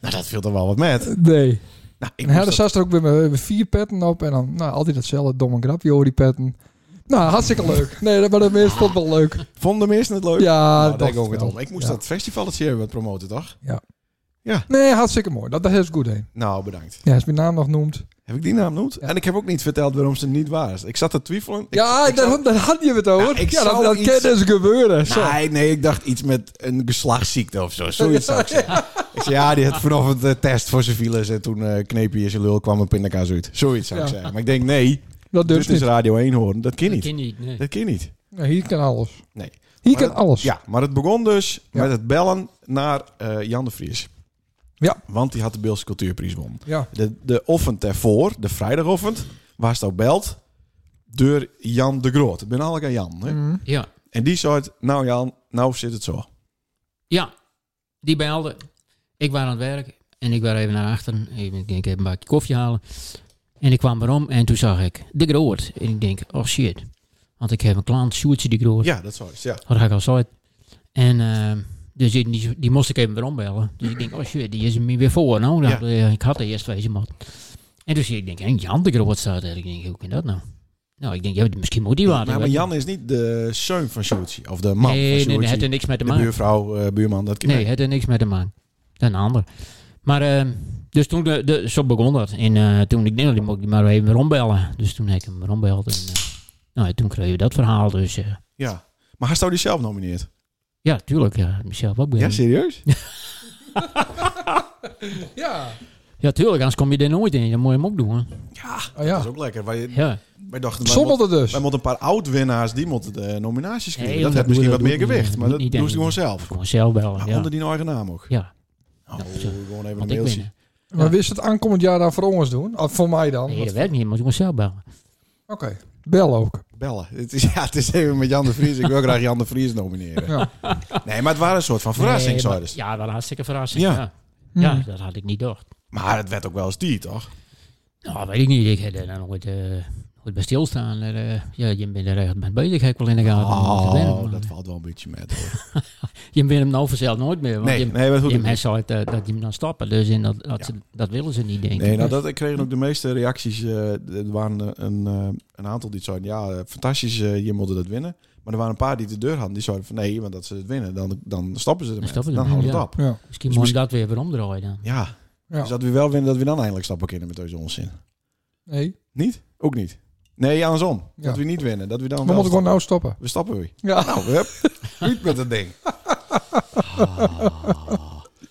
A: Nou, dat viel er wel wat met.
B: Nee.
A: Nou, ik
B: En hij
A: moest
B: had
A: dat-
B: zat er ook weer met met vier petten op en dan nou, altijd datzelfde domme grapje over die petten. Nou, hartstikke leuk. Nee, dat- maar dat meest vond ik wel leuk.
A: vonden mensen het leuk?
B: Ja,
A: Nou, daar
B: dacht
A: ging ook
B: ik
A: het
B: wel.
A: om. Ik moest
B: Ja.
A: dat festivaletje wat promoten, toch?
B: Nee, hartstikke mooi. Dat, dat is goed heen.
A: Nou, bedankt.
B: Ja, is mijn naam nog noemd.
A: Heb ik die naam genoemd? En ik heb ook niet verteld waarom ze niet waar is. Ik zat te twijfelen. Ik-
B: ja,
A: ik
B: daar,
A: zat-
B: daar had je het over.
A: Ja, ik
B: ja, dat,
A: zou
B: dat
A: iets-
B: kan dus gebeuren. Zo.
A: Nee, nee, ik dacht iets met een geslachtsziekte of zo. Zoiets zou ik zeggen. Ik zei, ja, die had vanochtend de test voor zijn files. En toen eh kneep hij in zijn lul, kwam een pindakaas uit. Zoiets zou ik
B: Ja.
A: zeggen. Maar ik denk, nee,
B: dat
A: dit
B: durft
A: is
B: niet.
A: Radio 1 horen. Dat kan
E: Dat
A: niet.
E: kan niet. nee.
A: Dat kan niet.
B: Nee, hier kan alles.
A: Nee.
B: Hier
A: Maar
B: kan
A: dat-
B: alles.
A: Ja, maar het begon dus
B: Ja.
A: met het bellen naar eh, Jan de Vries.
B: Ja.
A: Want die had de Beelse Cultuurprijs won.
B: Ja.
A: De, de ochtend ervoor, de vrijdagochtend, was het ook belt door Jan de Groot. Ik ben al aan Jan. Hè?
B: Mm.
E: Ja.
A: En die zei, nou Jan, nou zit het zo.
E: ja, die belde. Ik was aan het werk en ik was even naar achteren. Even, ik denk even een bakje koffie halen. En ik kwam erom en toen zag ik de groot. En ik denk, oh shit. Want ik heb een klant, Sjoertje de groot.
A: Ja, dat zou het, ja.
E: Wat ga ik al zo uit. En eh, dus die, die, die moest ik even weer ombellen. Dus ik denk, oh shit, die is me weer voor. Nou, dat,
A: Ja.
E: eh, ik had er eerst wezen man. En dus ik denk, en Jan de Groot staat er. Ik denk, hoe kan dat nou? Nou, ik denk, ja, misschien moet die wel.
A: maar, maar Jan is niet de zoon van Sjoerdje. Of de man
E: nee,
A: van
E: nee, nee,
A: Sjoerdje.
E: het heeft niks met te
A: de
E: maken.
A: buurvrouw, eh, buurman, dat
E: Nee, het heeft niks met te maken. Dat is een ander. Maar, eh, dus toen, de, de, zo begon dat. En eh, toen, ik denk, nou, die moet ik maar even weer ombellen. Dus toen heb ik hem weer ombeld. En, eh, nou, ja, toen kreeg je dat verhaal. Dus eh,
A: Ja. Maar hij zou die zelf nomineerd.
E: ja, tuurlijk, ja, Michel ook weer.
A: Ja, serieus?
B: Ja.
E: Ja, tuurlijk, anders kom je er nooit in. Dan moet je hem ook doen. hè.
B: Oh,
A: Dat
B: ja.
A: is ook lekker. Wij,
E: Ja.
A: wij dachten, wij
B: Sommelde dus.
A: Wij moeten een paar oud-winnaars, die moeten de nominaties krijgen.
E: Nee,
A: dat
E: dat
A: heeft misschien
E: doen
A: wat meer
E: we- dat doen we
A: gewicht,
E: niet.
A: maar dat
E: Niet
A: doen ze
E: echt.
A: gewoon zelf.
E: Gewoon zelf bellen.
A: Maar
E: Ja.
A: Nou, onder die eigen naam ook.
E: ja.
A: Oh,
E: Ja, zo.
A: gewoon even een
E: Want ik
A: mailtje.
E: ben.
B: Maar wist het aankomend jaar dan voor ons doen? Of voor mij dan?
E: Nee,
B: Wat-
E: dat werkt niet. Je moet gewoon zelf bellen.
B: Oké. Bel ook.
A: Bellen. Het is, ja, het is even met Jan de Vries. Ik wil graag Jan de Vries nomineren.
B: Ja.
A: Nee, maar het waren een soort van verrassing,
E: Nee, maar-
A: zouden ze.
E: Ja, wel een hartstikke verrassing.
A: Ja.
E: Ja. Ja.
B: Hmm.
E: dat had ik niet door.
A: Maar het werd ook wel eens die, toch?
E: Nou, weet ik niet. Ik heb er dan nooit, eh, nooit bij stilstaan. Eh, eh, ja, je bent er echt mee bezig. Heb ik wel in de gaten.
A: Oh,
E: Ik ben hem,
A: dat
E: eh,
A: valt wel een beetje met. hoor.
E: Je bent hem nou vanzelf nooit meer. Want
A: Nee,
E: je,
A: nee, maar
E: je
A: goed.
E: hebt zo uit, eh, dat je hem dan stappen. Dus en dat, dat,
A: Ja.
E: ze- dat willen ze niet, denk ik.
A: Nee, nou, dat ik kreeg ook de meeste reacties. eh, er waren eh, een, eh, een aantal die zeiden, ja, eh, fantastisch, eh, je moet dat winnen. Maar er waren een paar die de deur hadden. Die zeiden van, nee, want dat ze het winnen, dan, dan stoppen ze ermee.
E: stoppen
A: Dan,
E: ze ermee,
A: houden ze het
E: ja.
A: op.
B: Ja.
E: Misschien
A: dus
E: moet je dat weer weer omdraaien dan.
A: Ja,
B: ja.
A: Dus dat we wel winnen, dat we dan eindelijk stappen kunnen met deze onzin.
B: Nee.
A: Niet? Ook niet. Nee, andersom.
B: Ja.
A: Dat we niet winnen. Dat we dan
B: We
A: wel
B: moeten gewoon nou stoppen.
A: We stappen weer.
B: Ja.
A: Nou, hup. Uit met dat ding.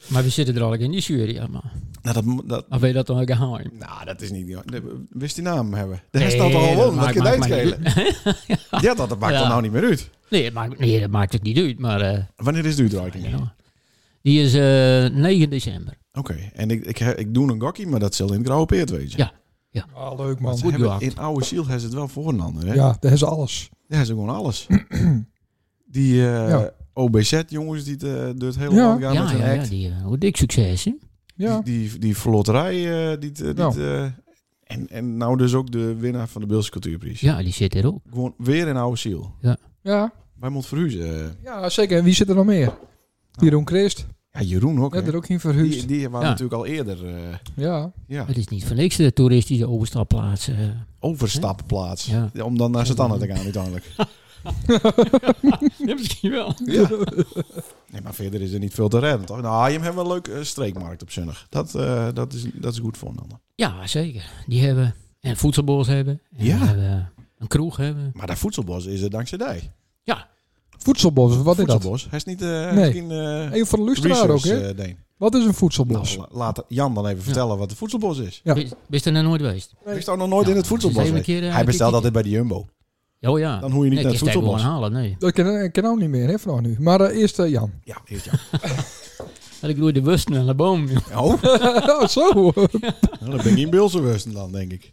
E: Maar we zitten er al in die jury. Ja, maar.
A: Nou, dat, mo- dat,
E: Of weet je dat dan ook geheim?
A: nou, dat is niet... Wist die naam hebben? De
E: Nee,
A: rest had er al
E: dat
A: gewonnen, dat
E: maakt-
A: kan je
E: maakt mij
A: uitschelen. Ja, dat, dat maakt
E: Ja.
A: er nou niet meer uit.
E: Nee, dat maakt, nee, dat maakt het niet uit, maar... eh,
A: Wanneer is de uitreiking?
E: ja. Die is eh 9 december.
A: Oké, en ik, ik, ik doe een gokkie, maar dat zal in het grauwe peert, weet je.
E: Ja,
B: Ah, leuk
A: Want
B: man.
A: ze
E: goed
A: hebben-
E: bewaakt.
A: in oude ziel hebben ze het wel voor een ander, hè?
B: Ja, dat is alles.
A: Ja, ze gewoon alles. die eh,
B: Ja.
A: OBZ-jongens die het, eh, door het hele
B: Ja.
A: land gaan
E: ja,
A: met hun
E: ja, ja,
A: act.
E: die, eh, hoe dik succes, hè?
B: Ja.
A: Die, die, die verloterij, eh, die, het, eh, die
B: Nou.
A: het, eh, en, en nou dus ook de winnaar van de Beelse Cultuurprijs.
E: Ja, die zit er ook.
A: Gewoon weer in oude ziel.
B: Ja.
A: Bij Montverhuizen. eh.
B: ja, zeker. En wie zit er nog meer? Jeroen Christ.
A: ja, Jeroen ook.
B: Net
A: hè?
B: er ook in
A: Nou. die,
B: verhuisd.
A: die waren
E: Ja.
A: natuurlijk al eerder eh,
B: Ja.
A: ja,
E: Het is niet van niks de toeristische overstapplaats. eh.
A: overstapplaats.
E: Ja.
A: Om dan naar Santana te gaan uiteindelijk.
E: Ja, misschien wel.
A: Ja. Nee, maar verder is er niet veel te redden, toch? Nou, je hebt wel een leuk eh, streekmarkt op zonnig. Dat, eh, dat, is, dat is goed voor een ander.
E: Ja, zeker. Die hebben en voedselbos hebben. En
A: Ja.
E: hebben een kroeg hebben.
A: Maar dat voedselbos is er dankzij die.
B: Voedselbos, wat is dat?
A: voedselbos. Hij is niet... eh
B: Nee.
A: misschien, eh,
B: Een van de luisteraar ook,
A: research,
B: hè?
A: eh, Deen.
B: Wat is een voedselbos?
A: Nou, la- laat Jan dan even vertellen wat de voedselbos is.
B: Ja.
E: Bist- Bist er nou nooit geweest?
A: Ik is ook nog nooit
E: Ja,
A: in het
E: dus even
A: voedselbos.
E: een
A: geweest.
E: keer, eh,
A: Hij bestelt
E: kijken.
A: altijd bij de Jumbo.
E: Oh ja.
A: Dan hoor je niet naar
E: Nee, het
A: het
E: is daar gewoon
A: voedselbos.
E: halen, nee.
B: Dat ken ik ken ook niet meer, hè, vanaf nu. Maar eh, eerst eh, Jan.
A: Ja, eerst Jan.
E: Dat ik door de wusten naar de boom.
A: Oh,
B: oh, zo.
A: nou, dan ben ik in Bilsenwusten dan, denk ik.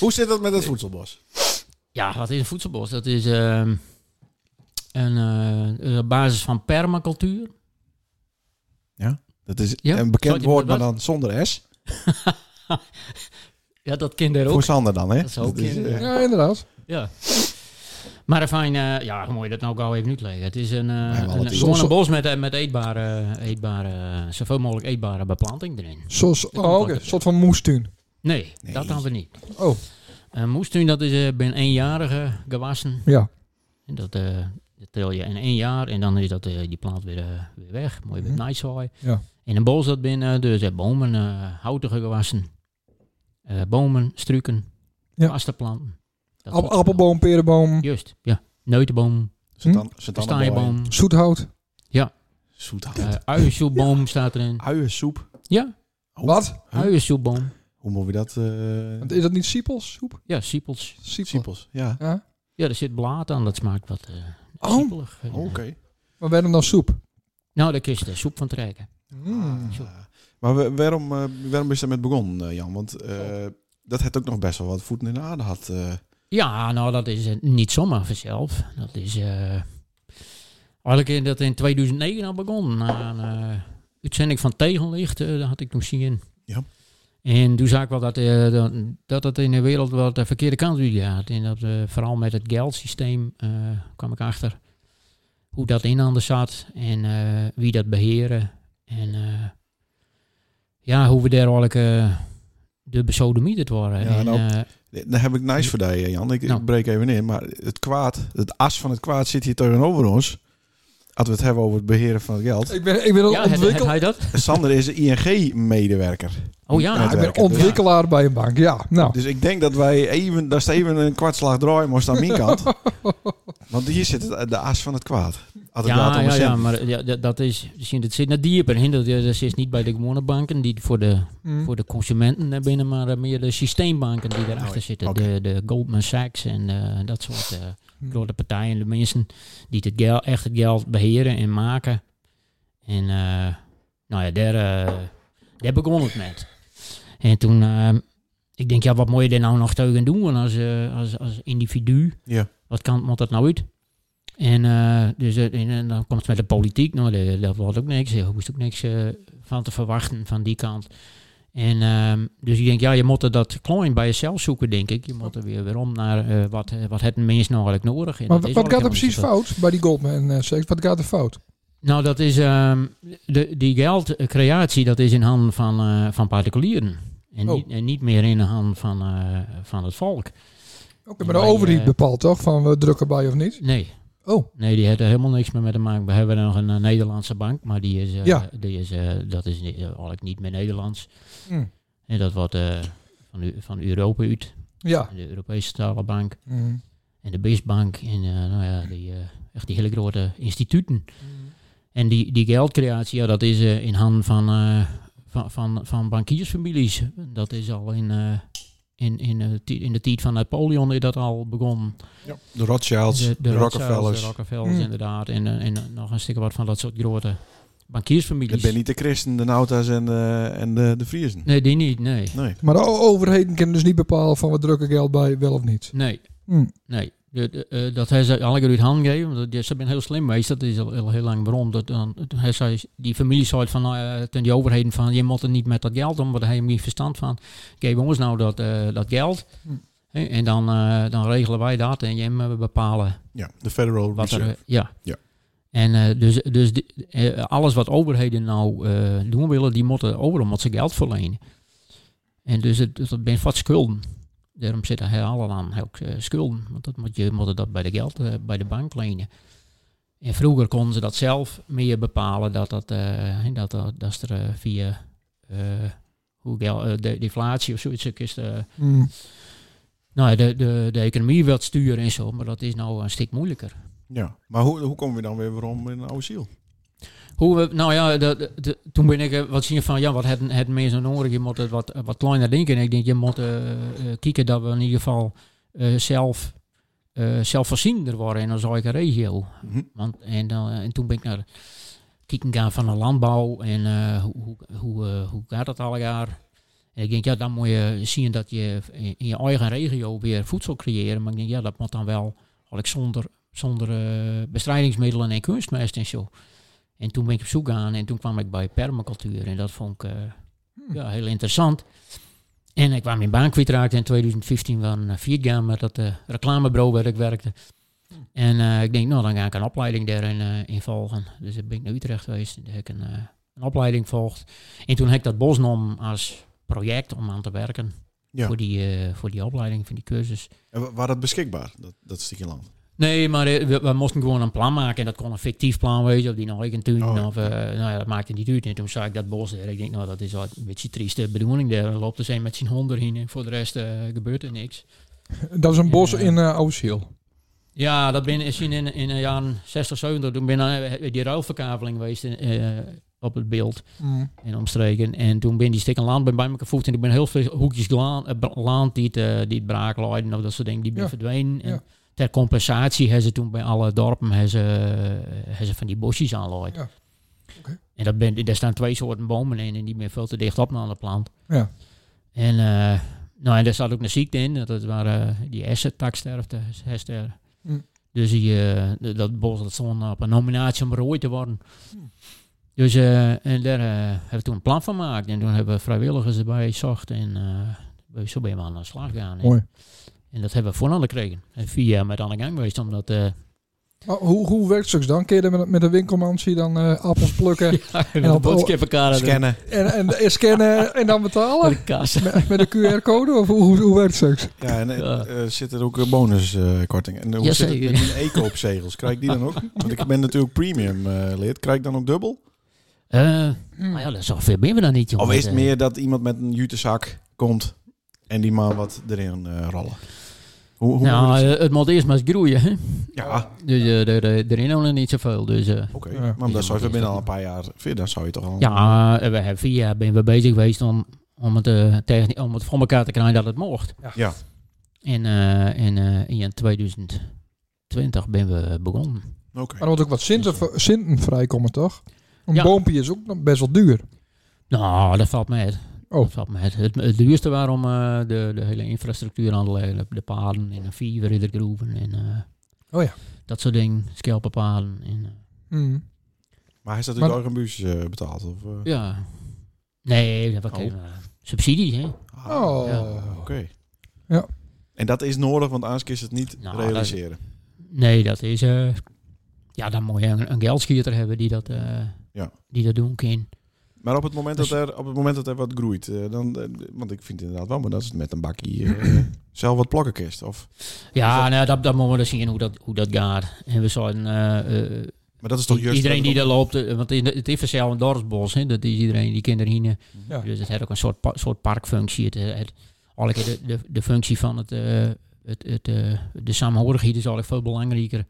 A: Hoe zit dat met het voedselbos?
E: Ja, wat is een voedselbos? Dat is ehm, een eh, op basis van permacultuur.
A: Dat is
E: Ja,
A: een
E: zal ik
A: bekend
E: je
A: woord, maar
E: wat-
A: dan zonder S.
E: Ja, dat kind er ook.
A: Voor Sander dan, hè?
E: Dat zou ook
A: is,
E: kunnen.
A: eh,
B: ja, inderdaad.
E: Ja. Maar fijn, eh ja, hoe moet je dat nou gauw even uitleggen? Het is een, eh,
A: hebben al
E: een,
A: het
E: gewoon
B: idee.
E: een bos met, eh, met eetbare, eetbare, zoveel mogelijk eetbare beplanting erin.
B: Zoals,
E: komt
B: oh, oké.
E: wel
B: Een
E: te-
B: soort van moestuin.
E: Nee,
A: Nee.
E: dat hadden we niet.
B: Oh,
E: Een moestuin, dat is eh binnen eenjarige gewassen.
B: ja.
E: En dat, eh dat tel je in één jaar en dan is dat, eh, die plant weer, eh, weer weg. Mooi weer
B: Mhm.
E: nice zaaien.
B: Ja.
E: In een bos dat binnen, dus eh, bomen, eh, houtige gewassen. Eh, bomen, struiken,
B: Ja.
E: vaste planten.
B: App-
E: Dat soort spul.
B: appelboom, perenboom,
E: Juist, ja. Neutenboom,
A: Santan-
B: Hm?
A: Santanenboom.
E: kastanjeboom,
B: zoethout.
A: Zoethout.
E: eh uiensoepboom staat erin.
A: Uiensoep.
E: Ja,
A: Oh.
B: Wat?
A: Huh?
E: uiensoepboom.
A: Hoe moet je dat? eh
B: Is dat niet siepels? Soep?
E: Ja, siepels.
B: Siepel.
A: Siepels, ja.
B: Ja.
E: Ja, er zit blaad aan, dat smaakt wat eh
B: Oh.
E: siepelig. En, eh,
A: Oké.
B: Maar werden dan soep?
E: Nou, daar kun je de soep van trekken.
B: Mm.
E: zo.
A: Ah. maar wa- waarom, eh, waarom is je daarmee begonnen, eh, Jan? Want eh, dat het ook nog best wel wat voeten in de aarde had. eh.
E: Ja, nou, dat is eh, niet zomaar vanzelf. Dat is. eh eigenlijk in dat in 2009 al begon. Na een eh, uitzending van Tegenlicht, eh, dat had ik toen zien.
A: Ja.
E: En toen zag ik wel dat, eh, dat, dat het in de wereld wel de verkeerde kant uit gaat. En dat eh, vooral met het geldsysteem eh, kwam ik achter hoe dat in handen zat en eh, wie dat beheren. En eh, ja, hoe we daar eigenlijk eh, de besodemieterd worden.
A: Ja,
E: en,
A: nou,
E: eh,
A: Daar heb ik nice voor die, eh, Jan. Ik,
E: Nou.
A: ik breek even in. Maar het kwaad, het as van het kwaad zit hier tegenover ons. Als we het hebben over het beheren van het geld.
B: Ik ben, ik ben een
E: ja, heb- heb
B: ontwikkel-
E: hij dat?
A: Sander is een ING-medewerker.
E: Oh ja,
A: Ja,
B: ik ben
A: werken, dus-
B: ontwikkelaar bij een bank. Ja, nou.
A: Dus ik denk dat wij even, dat even een kwartslag draaien moest aan mijn kant. Want hier zit het, de as van het kwaad. Als het gaat
E: ja,
A: om
E: ja,
A: een
E: ja,
A: cent.
E: maar ja, dat, dat is, misschien, dat zit Nou, naar dieper in. Dat, dat is niet bij de gewone banken die voor de,
B: Mm.
E: voor de consumenten naar binnen, maar eh, meer de systeembanken die daarachter
A: Hm? Mooi.
E: zitten.
A: Oké. Hm.
E: De, de Goldman Sachs en eh, dat soort eh,
B: Mm.
E: grote partijen. De mensen die het geld, echt het geld beheren en maken. En eh, nou ja, daar, eh, daar begon het met. En toen, eh, ik denk, ja, wat moet je daar nou nog tegen doen als, eh, als, als individu?
A: Ja.
E: Wat kan, moet dat nou uit? En, eh, dus, eh, en, eh, dan komt het met de politiek. Nou, daar, daar wordt ook niks. Er hoeft ook niks eh, van te verwachten van die kant. En ehm, dus ik denk, ja, je moet er dat klein bij jezelf zoeken, denk ik. Je moet er weer, weer om naar eh, wat, eh, wat het mens nou eigenlijk nodig is.
B: Maar
E: Dat
B: wat
E: is
B: gaat er
E: eigenlijk
B: precies
E: helemaal niet
B: fout bij die Goldman eh, Sachs? Wat gaat er fout?
E: zoveel. Nou, dat is, ehm, de, die geldcreatie, dat is in handen van, eh, van particulieren. En,
B: Oh.
E: niet, en niet meer in de handen van, eh, van het volk.
B: Oké, maar de
E: Bij,
B: overheid
E: eh,
B: bepaalt toch van we drukken bij of niet?
E: Nee,
B: Oh,
E: nee die heeft er helemaal niks meer mee te maken. We hebben nog een eh, Nederlandse bank, maar die is, eh,
B: Ja.
E: die is, eh, dat is niet- eh, eigenlijk niet meer Nederlands.
B: Mm.
E: En dat wordt eh, van, Eu- van Europa uit,
B: ja.
E: de Europese Centrale
B: Mm.
E: en de Beestbank en eh, nou ja, die, eh, echt die hele grote instituten. En die, die geldcreatie, ja, dat is eh, in handen van, eh, van, van, van bankiersfamilies. Dat is al in, eh, in, in, eh, ti- in de tijd van Napoleon is dat al begonnen.
A: De Rothschilds, de, Rockefellers.
E: De Rockefellers,
B: Hmm.
E: inderdaad. En, eh, en nog een stukje wat van dat soort grote bankiersfamilies.
A: Dat ben niet de Christen, de Nauta's en de, en de, de Friesen.
E: Nee, die niet. Nee.
A: Nee.
B: Maar de o- overheden kunnen dus niet bepalen van we drukken geld bij wel of niet.
E: Nee.
B: Hm.
E: Nee, de- de, eh, dat hij ze alle keer uit handen gegeven. want die- Ze zijn heel slim geweest. Dat is al, al heel lang waarom. Dat, dan, toen hij zei, die familie zei van, eh, ten die overheden van, je moet er niet met dat geld om, want daar heb je niet verstand van. Geef ons nou dat, eh, dat geld.
B: Hm.
E: Hè, En dan, eh, dan regelen wij dat en jij moet bepalen
A: Ja, de Federal
E: wat er...
A: Reserve.
E: ja.
A: Ja.
E: En eh, dus, dus die- eh, alles wat overheden nou eh, doen willen, die moeten overal moet ze geld verlenen. En dus het, het, bent wat schulden. Daarom zitten heel alle aan heel, eh, schulden. Want dat moet je moet dat bij de geld eh, bij de bank lenen. En vroeger konden ze dat zelf meer bepalen dat dat, eh, dat, dat, dat is er eh, via eh, hoe gel- eh, de, deflatie of zoiets ook is. eh,
B: Hm.
E: nou, ja, de, de, de economie wilt sturen en zo, maar dat is nou een stuk moeilijker.
A: Ja. Maar hoe, hoe komen we dan weer waarom in een oude ziel?
E: Hoe we, nou ja, dat- dat- toen ben ik eh, wat zien van, ja, wat het, het mensen nodig? Je moet het wat, eh, wat kleiner denken. En ik denk, je moet eh, eh, kijken dat we in ieder geval eh, zelf, eh zelfvoorzienender worden in onze eigen regio.
A: Mhm.
E: Want, en, dan eh, en toen ben ik naar kijken gaan van de landbouw en eh, hoe, hoe, hoe, eh, hoe gaat dat al jaar? En ik denk, ja, dan moet je zien dat je in in je eigen regio weer voedsel creëren. Maar ik denk, ja, dat moet dan wel eigenlijk zonder, zonder eh, bestrijdingsmiddelen en kunstmest en zo. En toen ben ik op zoek aan en toen kwam ik bij permacultuur en dat vond ik eh,
B: Hm.
E: ja, heel interessant. En ik kwam in baan kwijtraakt in 2015 van eh, Vietgam, met dat eh, reclamebureau waar ik werkte. En eh, ik denk, nou, dan ga ik een opleiding daarin eh, in volgen. Dus dan ben ik naar Utrecht geweest en daar heb ik een, eh, een opleiding volgd. En toen heb ik dat Bosnom als project om aan te werken
A: Ja.
E: voor, die, eh, voor die opleiding, voor die cursus.
A: En wa- waar dat beschikbaar, dat, dat stukje land?
E: Nee, maar eh, we, we moesten gewoon een plan maken. En dat kon een fictief plan wezen, of die nog eigen tuin.
A: Oh, ja.
E: Of, eh, nou ja, dat maakte niet uit. En toen zag ik dat bos daar. Ik denk, nou, dat is wel een beetje trieste bedoeling daar. Dan loopt er zijn met zijn hond erin en voor de rest eh, gebeurt er niks.
B: Dat is een bos
E: Ja.
B: in eh Oudsiel.
E: Ja, dat ben is in, in, in de jaren 60, 70. Toen ben ik eh, die ruilverkaveling geweest eh, op het beeld
B: Hm.
E: en omstreken. En toen ben die stikken land bij me gevoegd. En ik ben heel veel hoekjes land, eh, bra- land die, het, eh, die het braak leiden of dat soort dingen, die ben
B: Ja.
E: verdwenen. En
B: Ja.
E: ter compensatie hebben ze toen bij alle dorpen hebben ze, eh, hebben ze van die bosjes aanlooid.
B: Ja. Oké.
E: En dat ben, daar staan twee soorten bomen in en die ben veel te dicht op naar de plant.
B: Ja.
E: En, eh, nou, en daar zat ook een ziekte in. Dat- Dat waren eh, die essentaksterfte. hester.
B: Hm.
E: Dus die, eh, d- dat bos dat stond op een nominatie om rooi te worden.
B: Hm.
E: Dus eh, en daar eh, hebben we toen een plan van gemaakt. En toen hebben we vrijwilligers erbij gezocht. En eh, we- zo ben we aan de slag gegaan. En,
B: Mooi.
E: en dat hebben we voorhanden gekregen. En vier jaar met aan de gang geweest. Omdat, eh,
B: Maar Oh, hoe, hoe werkt zo'n dan? Kun je dan met, met een winkelman zie je dan eh, appels plukken
E: met
B: op-
E: de boodschippenkaart en
A: Scannen.
B: en, en, en scannen en dan
E: de-
B: betalen?
E: eh, de kast.
B: Met, met een QR-code? Of hoe, hoe, hoe werkt zo'n?
A: Ja, en eh,
E: Ja.
A: eh, zit er ook een bonuskorting? en hoe zit het
E: Jazeker.
A: met die eco-zegels? Krijg ik die dan ook? Want ik ben natuurlijk premium eh, lid. Krijg ik dan ook dubbel?
E: Eh, maar ja, dat is al veel meer we dan niet, jongen.
A: Of is het
E: Eh,
A: meer dat iemand met een jute zak komt en die maar wat erin eh, rollen? Hoe, hoe moet
E: Nou,
A: het?
E: eh, het moet eerst maar eens groeien. Hè?
A: ja,
E: Dus eh, er- er- er is nog niet zoveel. Dus, eh,
A: oké.
B: Ja.
A: Maar
E: Ja,
A: dat zou je
E: dat is
A: binnen al
E: dat.
A: een paar jaar verder, zou je toch al...
E: ja, eh, we hebben vier jaar ben we bezig geweest om, om, het, eh, techni- om het voor elkaar te krijgen dat het mocht.
A: Ja.
E: En, eh, en eh, in 2020 ben we begonnen.
A: Oké.
B: Maar er moet ook wat zinten, zinten vrijkomen, toch? Een
E: Ja.
B: boompje is ook nog best wel duur.
E: Nou, dat valt mee.
B: Oh.
E: Dat valt mee. Het, het duurste waarom eh, de, de hele infrastructuur aan te leggen. De- De paden en de vier riddergroeven en eh,
B: Oh ja.
E: dat soort dingen. Schelpenpaden. En, eh,
B: Hm.
A: Maar hij staat
B: Maar-
A: natuurlijk ook een buus eh, betaald? Of, eh?
E: ja. Nee, wat
A: Oh.
E: eh, subsidie, hè?
A: Ah,
B: Oh.
A: Oké.
B: Ja.
A: En dat is nodig, want anders kun je het niet
E: Nou,
A: realiseren.
E: Nee, dat is. eh, ja, dan moet je een, een geldschieter hebben die dat, eh,
A: Ja.
E: die dat doen kan.
A: Maar op het moment dat
E: Dus-
A: er, op het moment dat er wat groeit, eh, dan, eh, want ik vind het inderdaad wel, maar dat is met een bakkie eh, zelf wat plakkenkist. Of,
E: Ja,
A: dat-
E: nou, dat, dat moeten we dan zien hoe dat, hoe dat gaat. En we zouden. eh, eh,
A: maar dat is toch
E: I-
A: juist...
E: iedereen
A: wat
E: die
A: het
E: daar loopt, eh, want in de- het is vanzelf een dorpsbos, hè? dat is iedereen die kinderen hier.
B: Ja.
E: Dus het heeft ook een soort, pa- soort parkfunctie. Het, eh, het, eigenlijk de, de, de functie van het, eh, het, het, eh, de samenhorigheid is eigenlijk veel belangrijker.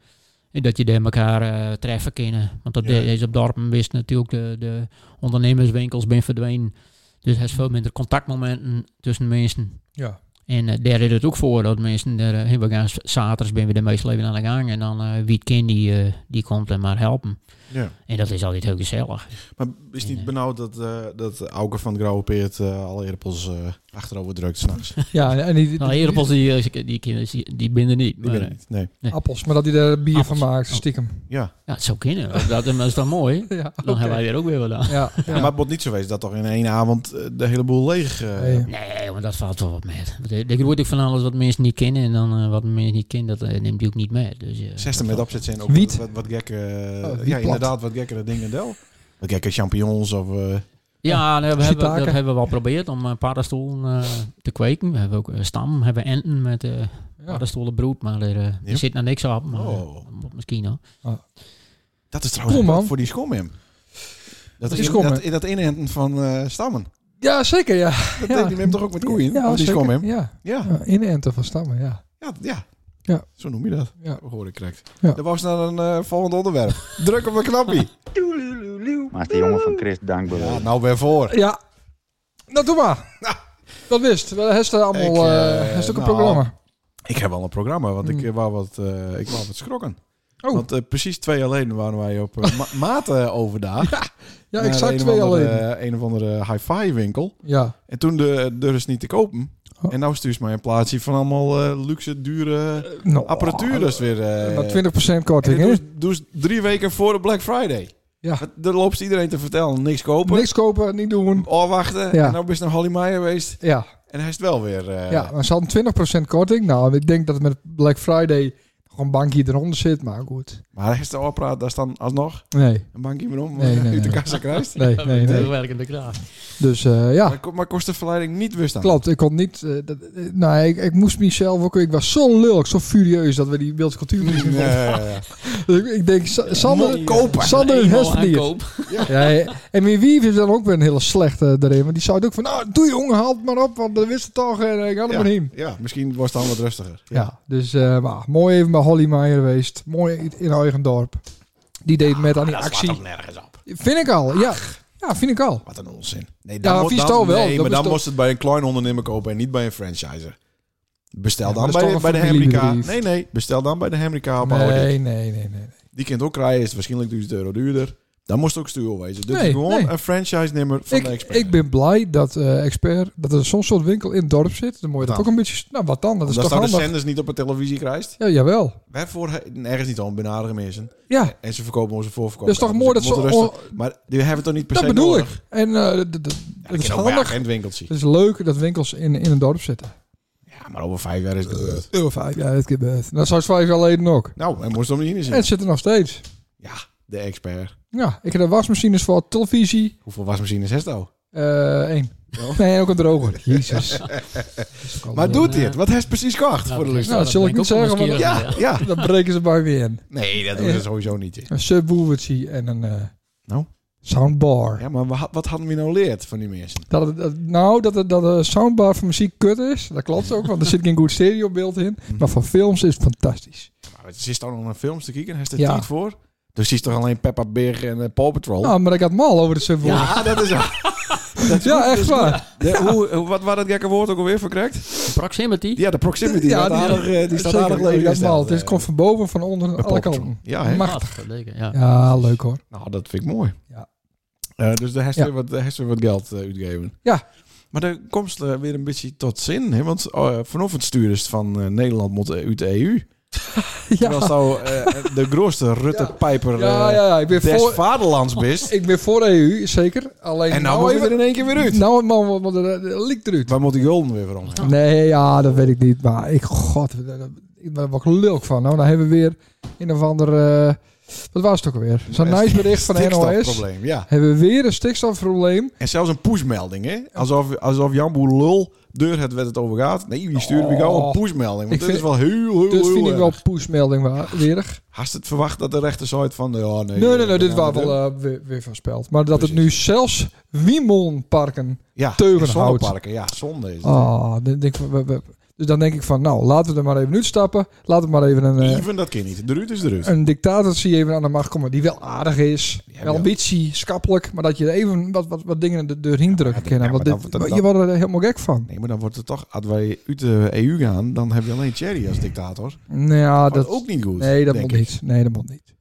E: En dat je daar elkaar eh, treffen kunnen. Want op
A: Ja.
E: deze op dorpen wist natuurlijk de, de ondernemerswinkels ben verdwenen. Dus er is veel minder contactmomenten tussen mensen.
B: Ja.
E: En eh, daar is het ook voor dat mensen daar eh, hebben gaan. Zaterdags ben we de meeste leven aan de gang. En dan eh, wie het kind die, eh, die komt en maar helpen.
A: Ja.
E: En dat is altijd heel gezellig.
A: Maar is niet
E: Nee.
A: benauwd dat, eh dat Auke van het Grauwe Peert eh, alle eerpels eh, achterover drukt s'nachts?
B: Ja, en die, die,
E: Nou, Erepels, die, eh, die, kinderen, die, die binden niet.
A: Ik
E: Maar,
A: weet
E: eh,
A: het niet. Nee.
B: die appels, maar dat hij er bier van
E: Appels.
B: maakt,
E: Oh.
B: stiekem.
A: Ja.
E: ja, het zou kunnen. Dat, dat is dan mooi. Dan
B: Ja, oké.
E: hebben wij weer ook weer wat aan.
B: Ja, ja.
A: Maar het moet niet zo wezen dat toch in één avond eh, de hele boel leeg... eh,
B: Nee.
E: Nee, want dat valt wel wat met. Want, eh, Er wordt ook van alles wat mensen niet kennen. En dan eh, wat mensen niet kennen, dat eh, neemt hij ook niet mee. Dus, eh,
A: Zesten
E: dat
A: met opzet zijn ook
B: Wiet.
A: wat, wat gekke... eh,
B: Oh, wietblad.
A: ja, inderdaad, wat gekkere dingen wel. Wat gekke champignons of... eh,
E: Ja, nee, we hebben, dat
B: Shiitake.
E: hebben we wel geprobeerd om eh, paddenstoelen eh, te kweken. We hebben ook eh, stam, we hebben enten met eh
B: Ja.
E: paddenstoelenbroed, maar er, eh, er
A: Ja.
E: zit nog niks op. Maar, eh,
A: Oh.
E: misschien hoor.
A: dat is trouwens
B: Cool,
A: een
B: man.
A: voor die skomim. Dat
B: Die
A: is in,
B: skomim.
A: dat, in dat inenten van eh, stammen.
B: Ja, zeker, ja.
A: Dat
B: Ja.
A: deed die hem toch ook met koeien?
B: ja,
A: of die
B: zeker,
A: skomim?
B: Ja,
A: Ja.
B: ja inenten van stammen, ja.
A: Ja, ja.
B: Ja.
A: Zo noem je dat.
B: Ja.
A: Hoor ik correct.
B: Ja.
A: Dat was naar een eh, volgend onderwerp. Druk op een knopje.
F: Maar die jongen van Chris dankbaar.
A: Ja, nou weer voor.
B: Ja, nou doe maar. Dat wist, wel heeft er allemaal,
A: Ik, eh,
B: eh, heeft ook een
A: nou,
B: programma.
A: Ik heb al een programma, want ik
B: Mm.
A: eh, wou wat, eh, ik wou wat schrokken.
B: Oh.
A: Want eh, precies twee jaar geleden waren wij op eh, ma- maten overdag.
B: Ja,
A: Naar
B: exact
A: een
B: twee
A: of andere-
B: alleen.
A: Een of andere hi-fi winkel.
B: Ja,
A: En toen de deur is niet te kopen.
B: Oh.
A: En nou stuurt mij een plaatsje van allemaal eh, luxe, dure
B: nou, oh,
A: apparatuur. Dat is weer... eh,
B: maar 20%
A: en dit
B: korting, hè?
A: doe ze- doe ze drie weken voor de Black Friday.
B: Ja.
A: Wat- Daar loopt iedereen te vertellen. Niks kopen.
B: Niks kopen, niet doen.
A: Oorwachten.
B: Ja.
A: En nou ben je naar Holly Meyer geweest.
B: Ja,
A: En hij is het wel weer... eh,
B: ja maar ze hadden 20% korting. Nou, ik denk dat het met Black Friday nog een bankje eronder zit, maar goed.
A: Maar hij is de opraad, daar staan alsnog
B: Nee,
A: een bankje meer om.
B: Nee,
A: Nee,
B: nee,
A: de
B: nee.
A: kassa krijgt.
B: nee, nee. nee.
E: werkende kraag.
B: Dus eh, ja,
A: Maar, ko- maar kost de verleiding niet weer staan.
B: Klopt, ik kon niet. eh, dat, eh, nou, ik, ik moest mezelf ook. Ik was zo lullig, zo furieus dat we die beeldcultuur niet
A: Ja,
B: meer
A: ja, ja.
B: ik, ik denk, Sa- Sander,
A: Mond kopen.
B: Sander is het verdiend. Ja, ja. en wie wie heeft dan ook weer een hele slechte erin. Want die zou het ook van, nou, doe jongen, haal het maar op, want dat wist het toch en eh, ik had het
A: Ja.
B: maar heen.
A: Ja, misschien was het dan wat rustiger.
B: Ja, dus eh, maar, mooi even bij Holly Meijer geweest. Mooi in eigen dorp. Die deed met aan die actie.
A: nergens op.
B: Vind ik al, ja. Ja, vind ik al.
A: Wat een onzin. Nee,
B: Ja,
A: moet-
B: Visto wel,
A: Nee,
B: dat
A: maar
B: is
A: dan
B: toch-
A: moest het bij een klein ondernemer kopen en niet bij een franchiser. Bestel
B: Ja,
A: dan
B: maar dat is
A: bij, de-
B: toch
A: bij de
B: een
A: Hemrica. Nee,
B: familiebedrijf.
A: nee. Bestel dan bij de Hemrica op
B: Nee,
A: Audi.
B: nee, nee, nee. nee.
A: Die kind ook krijgen, is het waarschijnlijk 1000 euro duurder. Dan moest het ook stuur wezen. Dus
B: Nee,
A: gewoon
B: nee.
A: een franchise-nummer van
B: ik,
A: de expert.
B: ik ben blij dat eh, expert dat er zo'n soort winkel in het dorp zit. Dan moet je dat
A: Wat
B: ook een beetje. Nou, wat dan? Dat is
A: Omdat
B: toch
A: staan de
B: handig.
A: zenders niet op de televisie krijgt.
B: Ja, jawel.
A: Waarvoor he- nergens niet om benaderen mensen.
B: Ja,
A: En ze verkopen onze voorverkoop. dus
B: dat is toch mooi dat ze.
A: rustig.
B: oh,
A: Maar die hebben het toch niet per
B: dat
A: se
B: bedoel
A: nodig?
B: ik. En eh, d- d- d-
A: Ja,
B: dat
A: dat
B: is
A: kan ook bij
B: handig.
A: een winkeltje.
B: Het is leuk dat winkels in, in het dorp zitten.
A: Ja, maar over vijf jaar is het gebeurd.
B: Euro vijf, ja, dat gebeurt. En Dat zou vijf jaar geleden ook.
A: Nou, hij moest hem niet in
B: En het zit er nog steeds.
A: Ja, de expert.
B: Ja, ik heb de wasmachines voor televisie.
A: Hoeveel wasmachines is dat nou?
B: eh één. Nee, en ook een droger. Jezus.
A: Maar
E: doe-
A: doet hij het? Wat heeft precies gekocht voor de lust?
B: eh, Nou, dat zal ik niet zeggen, want-
A: Ja, ja.
B: Dan breken ze bij weer in.
A: Nee, dat doen ze sowieso niet. joh.
B: Een subwoofertje en een eh,
A: Nou?
B: soundbar.
A: Ja, maar we had- wat hadden we nou leerd van die mensen?
B: Dat, het- dat, nou, dat, het- dat de soundbar van muziek kut is, dat klopt ook, want er zit geen goed stereobeeld in.
A: Mm.
B: Maar van films is het fantastisch.
A: Maar ze is dan nog naar films te kijken. Hij is er
B: Ja.
A: niet voor. Dus ze is toch alleen Peppa Beer en eh, Paw Patrol?
B: Nou, maar ik had mal over de subwoofer. Ja,
A: Ja, dat is waar.
B: echt waar.
A: De- hoe, hoe- wat was dat gekke woord ook alweer verkrijgt?
E: Proximity.
A: Ja, de proximity.
B: Ja,
A: Ja,
B: die-
A: aardig, eh, die staat
B: Zeker,
A: aardig
B: ik had
A: leeg
B: mal.
A: gesteld.
B: Het is- het komt van boven, van onder en
A: Bij
B: alle
A: Paw Patrol.
B: kanten.
A: Ja, hè?
E: Ja,
B: Machtig.
E: dat betekent, ja.
B: Ja, leuk hoor.
A: Nou, dat vind ik mooi.
B: Ja.
A: Eh, dus daar heeft
B: Ja.
A: weer wat, daar heeft weer wat geld eh, uitgegeven.
B: Ja.
A: Maar daar komt ze weer een beetje tot zin. Hè? Want eh vanochtend sturen ze van eh, Nederland moet eh, uit de EU. Terwijl
B: Ja,
A: zou eh, de grootste Rutte
B: Ja.
A: Pijper
B: ja, ja, ja, ik ben
A: des
B: voor...
A: vaderlands bist.
B: Ik ben voor de EU, zeker. Alleen
A: en nou, moet je er in één keer weer uit.
B: Nou, man, wat- wat er er liekt eruit.
A: Waar moet die golden weer van? omheen?
B: Nee, ja, dat weet ik niet. Maar ik, god, ik ben er ook lulk van. Nou, dan hebben we weer een of ander... eh, wat was het ook alweer? Zo'n nice bericht van de NOS.
A: Stikstofprobleem, ja.
B: Hebben we weer een stikstofprobleem.
A: En zelfs een pushmelding, hè? Alsof, alsof Jan Boer lul deur het werd het over gaat. Nee, die stuurde weer gauw een
B: Oh.
A: pushmelding.
B: Ik
A: Want dit is
B: vind-
A: wel heel, heel,
B: Dus
A: heel
B: vind ik
A: erg.
B: wel pushmelding waardig.
A: Had je het verwacht dat de rechter zei van... Ja, nee,
B: Nee, nee,
A: eh,
B: nee, dit
A: we
B: was
A: gaan het
B: wel
A: doen.
B: eh, weer, weer voorspeld. Maar dat het
A: Precies.
B: nu zelfs Wiemonparken...
A: ja,
B: teugen
A: en zonneparken,
B: houdt. Oh,
A: Ja, zonde is het.
B: Ah, dan denk ik, we- we- Dus dan denk ik van, nou, laten we er maar even uitstappen. Laten we maar even een, eh,
A: Even, dat kan niet. De ruut is de ruut.
B: een dictator zie je even aan de macht komen die wel aardig is.
A: Ja,
B: wel
A: wel.
B: ambitie, schappelijk. Maar dat je er even wat, wat, wat dingen de deur heen drukken
A: ja,
B: kan.
A: maar
B: want
A: dan-
B: dit-
A: dan- dan-
B: je wordt er helemaal gek van.
A: Nee, maar dan wordt het toch... Als wij uit de EU gaan, dan heb je alleen Thierry als dictator.
B: Nou, ja,
A: Dat
B: dat,
A: is ook niet goed.
B: nee, dat
A: denk
B: moet
A: ik.
B: niet. Nee, dat moet niet.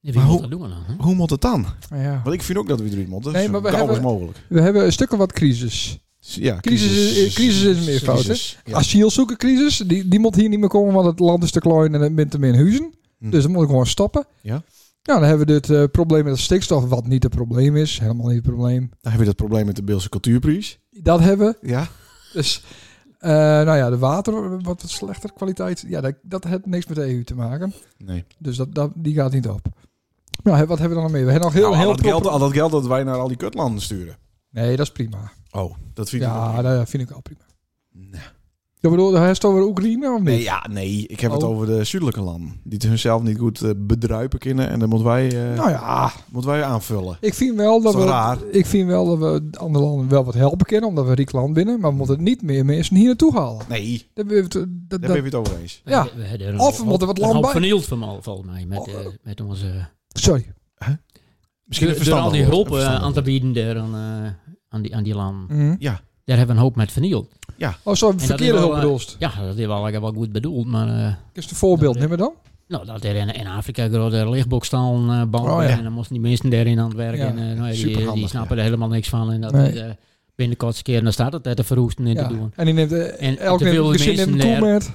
E: Wie
A: Maar
E: moet
A: hoe-
E: dat doen we dan? hè?
A: Hoe moet het dan?
B: Ja.
A: Want ik vind ook dat we eruit moeten.
B: Nee,
A: Nee,
B: maar
A: maar we
B: we
A: hebben...
B: hebben-
A: mogelijk.
B: We hebben een stuk of wat crisis.
A: Ja,
B: Crisis is- crisis is meer fout, hè?
A: Crisis, ja.
B: Asielzoekercrisis, die, die moet hier niet meer komen, want het land is te klein en het bent te min huizen.
A: Hm.
B: Dus dat moet ik gewoon stoppen.
A: Ja.
B: Nou, dan hebben we dit eh, probleem met de stikstof, wat niet het probleem is. Helemaal niet het probleem.
A: Dan heb je dat probleem met de Beelse cultuurprijs.
B: Dat hebben we.
A: Ja.
B: Dus, eh, nou ja, de water, wat, wat slechter kwaliteit. Ja, dat, dat heeft niks met de EU te maken.
A: Nee.
B: Dus dat, dat, die gaat niet op. Nou, hè, wat hebben we dan nog meer? We hebben nog heel,
A: Nou,
B: heel
A: al, dat
B: veel-
A: geld, al dat geld dat wij naar al die kutlanden sturen.
B: Nee, dat is prima.
A: Oh, dat vind ik ook
B: Ja,
A: niet.
B: dat vind ik wel prima.
A: Nee.
B: Ik bedoel, hij is het over Oekraïne of niet?
A: Nee, ja, nee. Ik heb het
B: Oh.
A: over de zuidelijke landen. Die het hunzelf niet goed eh, bedruipen kunnen. En dan moeten wij, eh,
B: Nou ja,
A: moeten wij aanvullen.
B: Ik vind wel dat
A: Is
B: we,
A: toch raar?
B: ik vind wel dat we de andere landen wel wat helpen kunnen, omdat we een rijk land binnen, maar we moeten niet meer mensen hier naartoe halen.
A: Nee,
B: Dat, dat, dat,
A: daar ben je het over eens.
B: Ja.
E: We- we hebben er een
B: Of we
E: hoop-
B: moeten wat Oh.
E: een hoop
B: landbouw-
E: vernield van al, volgens mij, met, eh, met onze...
B: sorry.
A: Misschien een
E: door- door al
A: verstandig
E: die
A: woord,
E: hulp
A: een
E: eh,
A: verstandig
E: aan te
A: woord.
E: bieden daar aan, eh, aan, die, aan die landen.
B: Mhm.
E: Daar hebben we een hoop met vernield.
B: Oh, sorry,
E: is
B: verkeerde
E: wel,
B: hulp
E: eh,
B: bedoelst.
E: Ja, dat is wel, eigenlijk wel goed bedoeld, maar... eh,
B: Is een voorbeeld, neem
E: dat-
B: maar dan.
E: Nou, dat er in, in Afrika grote lichtbokstallen eh bouwen
B: Oh, ja.
E: en dan moesten die mensen daarin aan het werk.
B: Ja,
E: en, eh, nou, ja, die,
A: superhandig,
E: die snappen er helemaal niks van. En dat
B: Nee.
E: is, eh, binnen de kortste keer, en dan staat het daar te verroesten en
B: Ja.
E: te doen.
B: En die neemt eh,
E: En
B: elk
E: te veel
B: gezin neemt een
E: mensen
B: koe
E: daar-
B: met.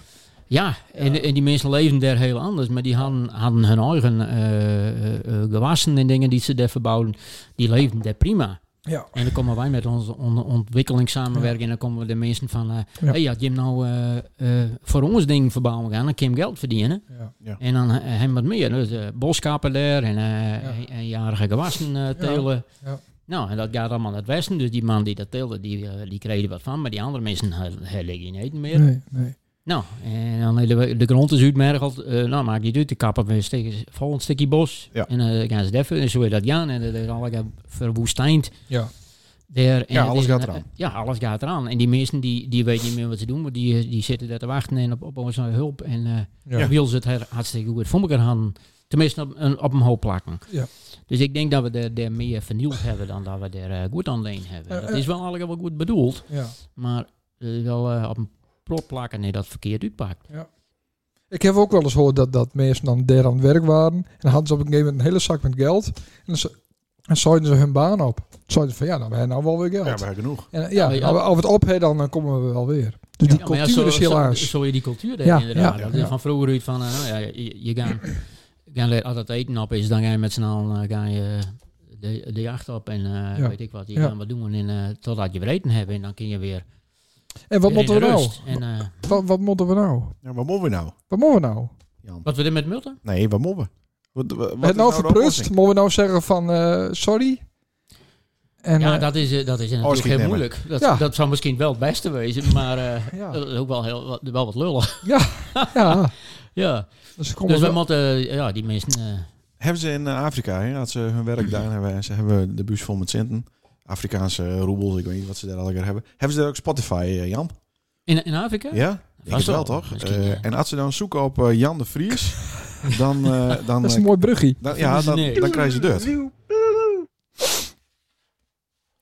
E: Ja, en, en die mensen leven daar heel anders. Maar die hadden, hadden hun eigen eh, eh, eh, gewassen en dingen die ze daar verbouwden. Die leefden daar prima.
B: Ja.
E: En dan komen wij met onze on- ontwikkelingssamenwerking. En dan komen we de mensen van... eh
B: Ja.
E: Hey, had je hem nou eh, eh, voor ons ding verbouwen gaan, dan kan je hem geld verdienen.
B: Ja.
E: En dan eh, hem wat meer. Dus eh, boskappen daar en
B: Ja.
E: eh, en- en jarige gewassen eh, telen.
B: ja.
E: Nou, en dat gaat allemaal naar het westen. Dus die man die dat teelde, die, eh, die kreeg er wat van. Maar die andere mensen eh, eh, liggen geen eten meer.
B: Nee, nee.
E: Nou, en dan hebben we- de grond is uitmergeld. Eh, nou, maak die uit. De kappen we steken ze vol een stukje bos.
A: Ja.
E: En eh, dan gaan ze deffen. En zo is dat gaan. En dat is allemaal verwoestijnd.
B: Ja.
E: Daar, en
A: Ja,
E: het
A: alles
E: is
A: gaat
E: een-
A: eraan.
E: Ja, alles gaat eraan. En die mensen die, die weten niet meer wat ze doen, maar die, die zitten daar te wachten en op, op onze hulp. En eh
B: Ja.
E: ja. wil ze het her- hartstikke goed voor elkaar hadden. Tenminste, op een, op een hoop plakken.
B: Ja.
E: Dus ik denk dat we er, er meer vernield hebben dan dat we er eh, goed aan leen hebben.
B: Eh,
E: dat
B: eh.
E: is wel eigenlijk wel goed bedoeld,
B: Ja.
E: maar eh, wel eh, op een plot plakken nee, dat verkeerd uitpakt.
B: Ik heb ook wel eens gehoord dat, dat mensen dan daar aan het werk waren. En dan hadden ze op een gegeven moment een hele zak met geld. En dan, ze- en zaaiden ze hun baan op. Zeiden ze van, ja, nou, we hebben nou wel weer geld.
A: Ja, maar genoeg.
B: En, eh, ja,
E: Ja, maar ja.
B: nou, als we het op hebben, dan, dan komen we wel weer. Dus die
E: Ja, maar ja,
B: cultuur is
E: zo, zo-
B: helaas.
E: Zo, je die cultuur daar
B: Ja,
E: inderdaad.
B: ja,
E: Dat is
B: ja.
E: Van vroeger uit van, eh, nou ja, je, je gaat, gaan leer- als het eten op is, dan ga je met z'n allen eh, ga je de, de jacht op en eh,
B: Ja.
E: weet ik wat. Je
B: Ja.
E: gaan wat doen en, eh, totdat je weer eten hebt en dan kun je weer
B: En wat
E: weer in
B: moeten we nou?
E: rust. En, eh,
B: Wat, wat moeten we nou?
A: Ja, wat mobben we nou?
B: Wat moeten we nou?
A: Jan?
E: wat we doen met Multen?
A: Nee, wat mobben? Wat, wat,
B: het nou verprust? Moeten we nou zeggen van eh, sorry? En,
E: ja,
B: eh,
E: dat is, eh, dat is natuurlijk
A: Oorschiet
E: heel
A: nemen.
E: moeilijk. Dat,
B: Ja.
E: dat zou misschien wel het beste wezen, maar eh,
B: Ja.
E: dat is ook wel, heel, wat- wel wat lullig.
B: ja,
E: ja.
B: dus komen
E: Dus
B: we
E: we moeten, eh, ja, die mensen... eh,
A: Hebben ze in eh, Afrika, hè, als ze hun werk daar hebben, ze hebben de buis vol met centen. Afrikaanse eh, roebels, ik weet niet wat ze daar al hebben. Hebben ze daar ook Spotify, eh, Jan?
E: in, in Afrika?
A: Ja? Ik
E: Vast
A: heb wel,
E: wel,
A: toch?
E: misschien,
A: Eh,
E: ja.
A: En als ze dan zoeken op eh, Jan de Vries, dan, eh, dan,
B: dat is
A: eh,
B: een mooi bruggie.
A: dan, ja,
E: Vinden ze
A: dan,
E: niks.
A: dan krijg je dat.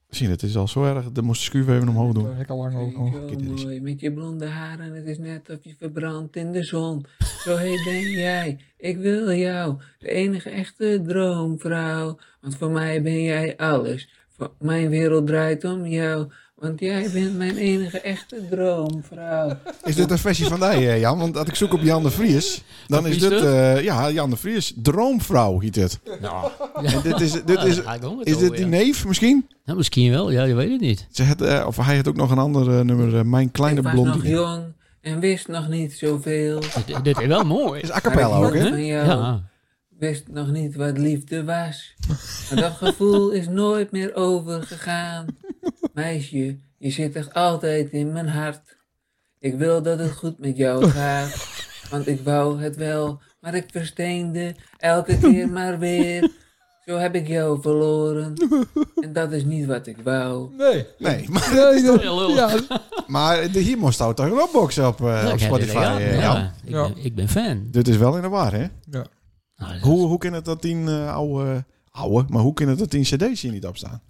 A: Zie, het is al zo erg. Dan moest de schuur even omhoog doen.
B: Dat heb ik al lang ook nog.
A: Oh, Kijk, dit
G: Zo
A: is-
G: mooi, met je blonde haren, het is net of je verbrandt in de zon. Zo heet ben jij, ik wil jou, de enige echte droomvrouw. Want voor mij ben jij alles, voor mijn wereld draait om jou. Want jij bent mijn enige echte droomvrouw.
A: Is dit een versie van die, eh, Jan? Want als ik zoek op Jan de Vries, dan
E: Wat
A: is
E: is
A: dit...
E: dit?
A: eh, ja, Jan de Vries, droomvrouw heet dit.
E: Nou,
A: En dit is, dit is,
E: Ja, daar ga ik ook met
A: is dit
E: over,
A: die
E: ja.
A: neef misschien?
E: Nou, misschien wel, ja, je weet het niet.
A: Ze had, eh, of hij had ook nog een ander eh, nummer, eh, Mijn Kleine
G: ik was nog
A: Blondine.
G: jong en wist nog niet zoveel. Maar
E: dit, dit is wel mooi.
A: is a cappella
G: ik
A: ook,
G: hield
A: hè?
G: van jou.
E: Ja.
G: wist nog niet wat liefde was. Maar dat gevoel is nooit meer overgegaan. Meisje, je zit echt altijd in mijn hart. Ik wil dat het goed met jou gaat. Want ik wou het wel, maar ik versteende elke keer maar weer. Zo heb ik jou verloren. en dat is niet wat ik wou.
B: Nee.
A: Nee, maar,
B: Nee, dat-
E: heel lullig.
B: ja,
A: maar de- hier moest ook toch een opbox op, eh,
E: Ja,
A: op
E: ik heb dit-
A: Spotify.
E: ja,
A: eh,
E: ja,
A: Jan.
E: Ik, ben, ik ben fan.
A: Dit is wel in de war, hè?
E: Nou, dat-
A: Hoe, hoe kan het dat die eh, oude, oude, maar hoe kan het dat die cd's hier niet op staan?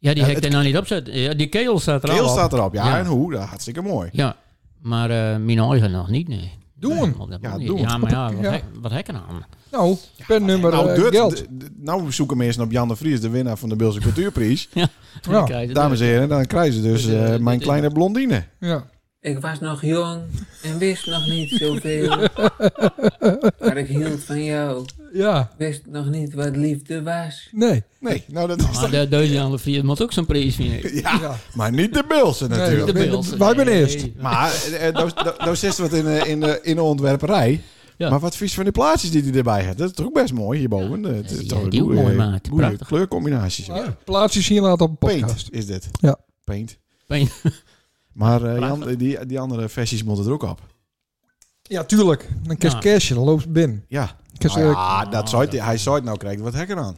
E: ja, die
A: Ja,
E: heb ik
A: het-
E: er nou niet op zet. Ja, die keel staat er al
A: Heel
E: op.
A: staat erop. Ja,
E: Ja.
A: en hoe? Dat hartstikke mooi.
E: Ja, maar eh mijn eigen nog niet, nee.
B: Doen.
E: Nee, op dat
A: Ja,
E: moment.
A: doen.
E: ja, maar ja, wat,
B: Ja.
E: Hek, wat hekken aan?
B: nou, pennummer
A: nou,
B: eh,
A: dit-
B: geld.
A: d- d- nou zoeken mensen op Jan de Vries, de winnaar van de Beelse Cultuurprijs.
E: Dan
B: Ja,
E: krijg je-
A: Dames en heren, dan krijgen ze dus
E: Dus, eh,
A: eh,
E: dit
A: mijn
E: is-
A: kleine blondine.
B: ja.
G: Ik was nog jong en wist nog niet zoveel. maar ik hield van jou.
B: ja,
G: Wist nog niet wat liefde was.
B: nee.
A: Nee, nou dat is
E: Maar
A: toch...
E: de Duitse Jan de Vries moet ook zo'n prijs winnen.
A: Ja,
B: Ja.
A: maar niet de Beelse
B: Nee,
A: natuurlijk.
E: De
B: ben-
E: Bills.
B: wij ben
E: Nee.
B: eerst.
A: Maar eh, nou nou- nou zit wat in, eh, in, de- in de ontwerperij.
E: Ja.
A: Maar wat vies van die plaatjes die hij erbij heeft. Dat is toch ook best mooi hierboven. Eh, Het is
E: Ja,
A: toch een
E: die ook
A: goeie-
E: mooi maakt.
A: goeie
E: Prachtig.
A: kleurcombinaties.
B: Ja. Plaats je Ah, hier later op een podcast.
A: Paint is dit.
B: Ja.
A: Paint.
E: Paint.
A: Maar eh, Jan, die, die andere versies moeten er ook op.
B: Ja, tuurlijk. Dan kun je
E: Ja.
B: cashen, dan loopt het binnen.
A: Ja.
B: Ik heb,
A: Nou
B: eh,
A: ja, dat zou het, hij zou het nou krijgen. Wat hekker aan?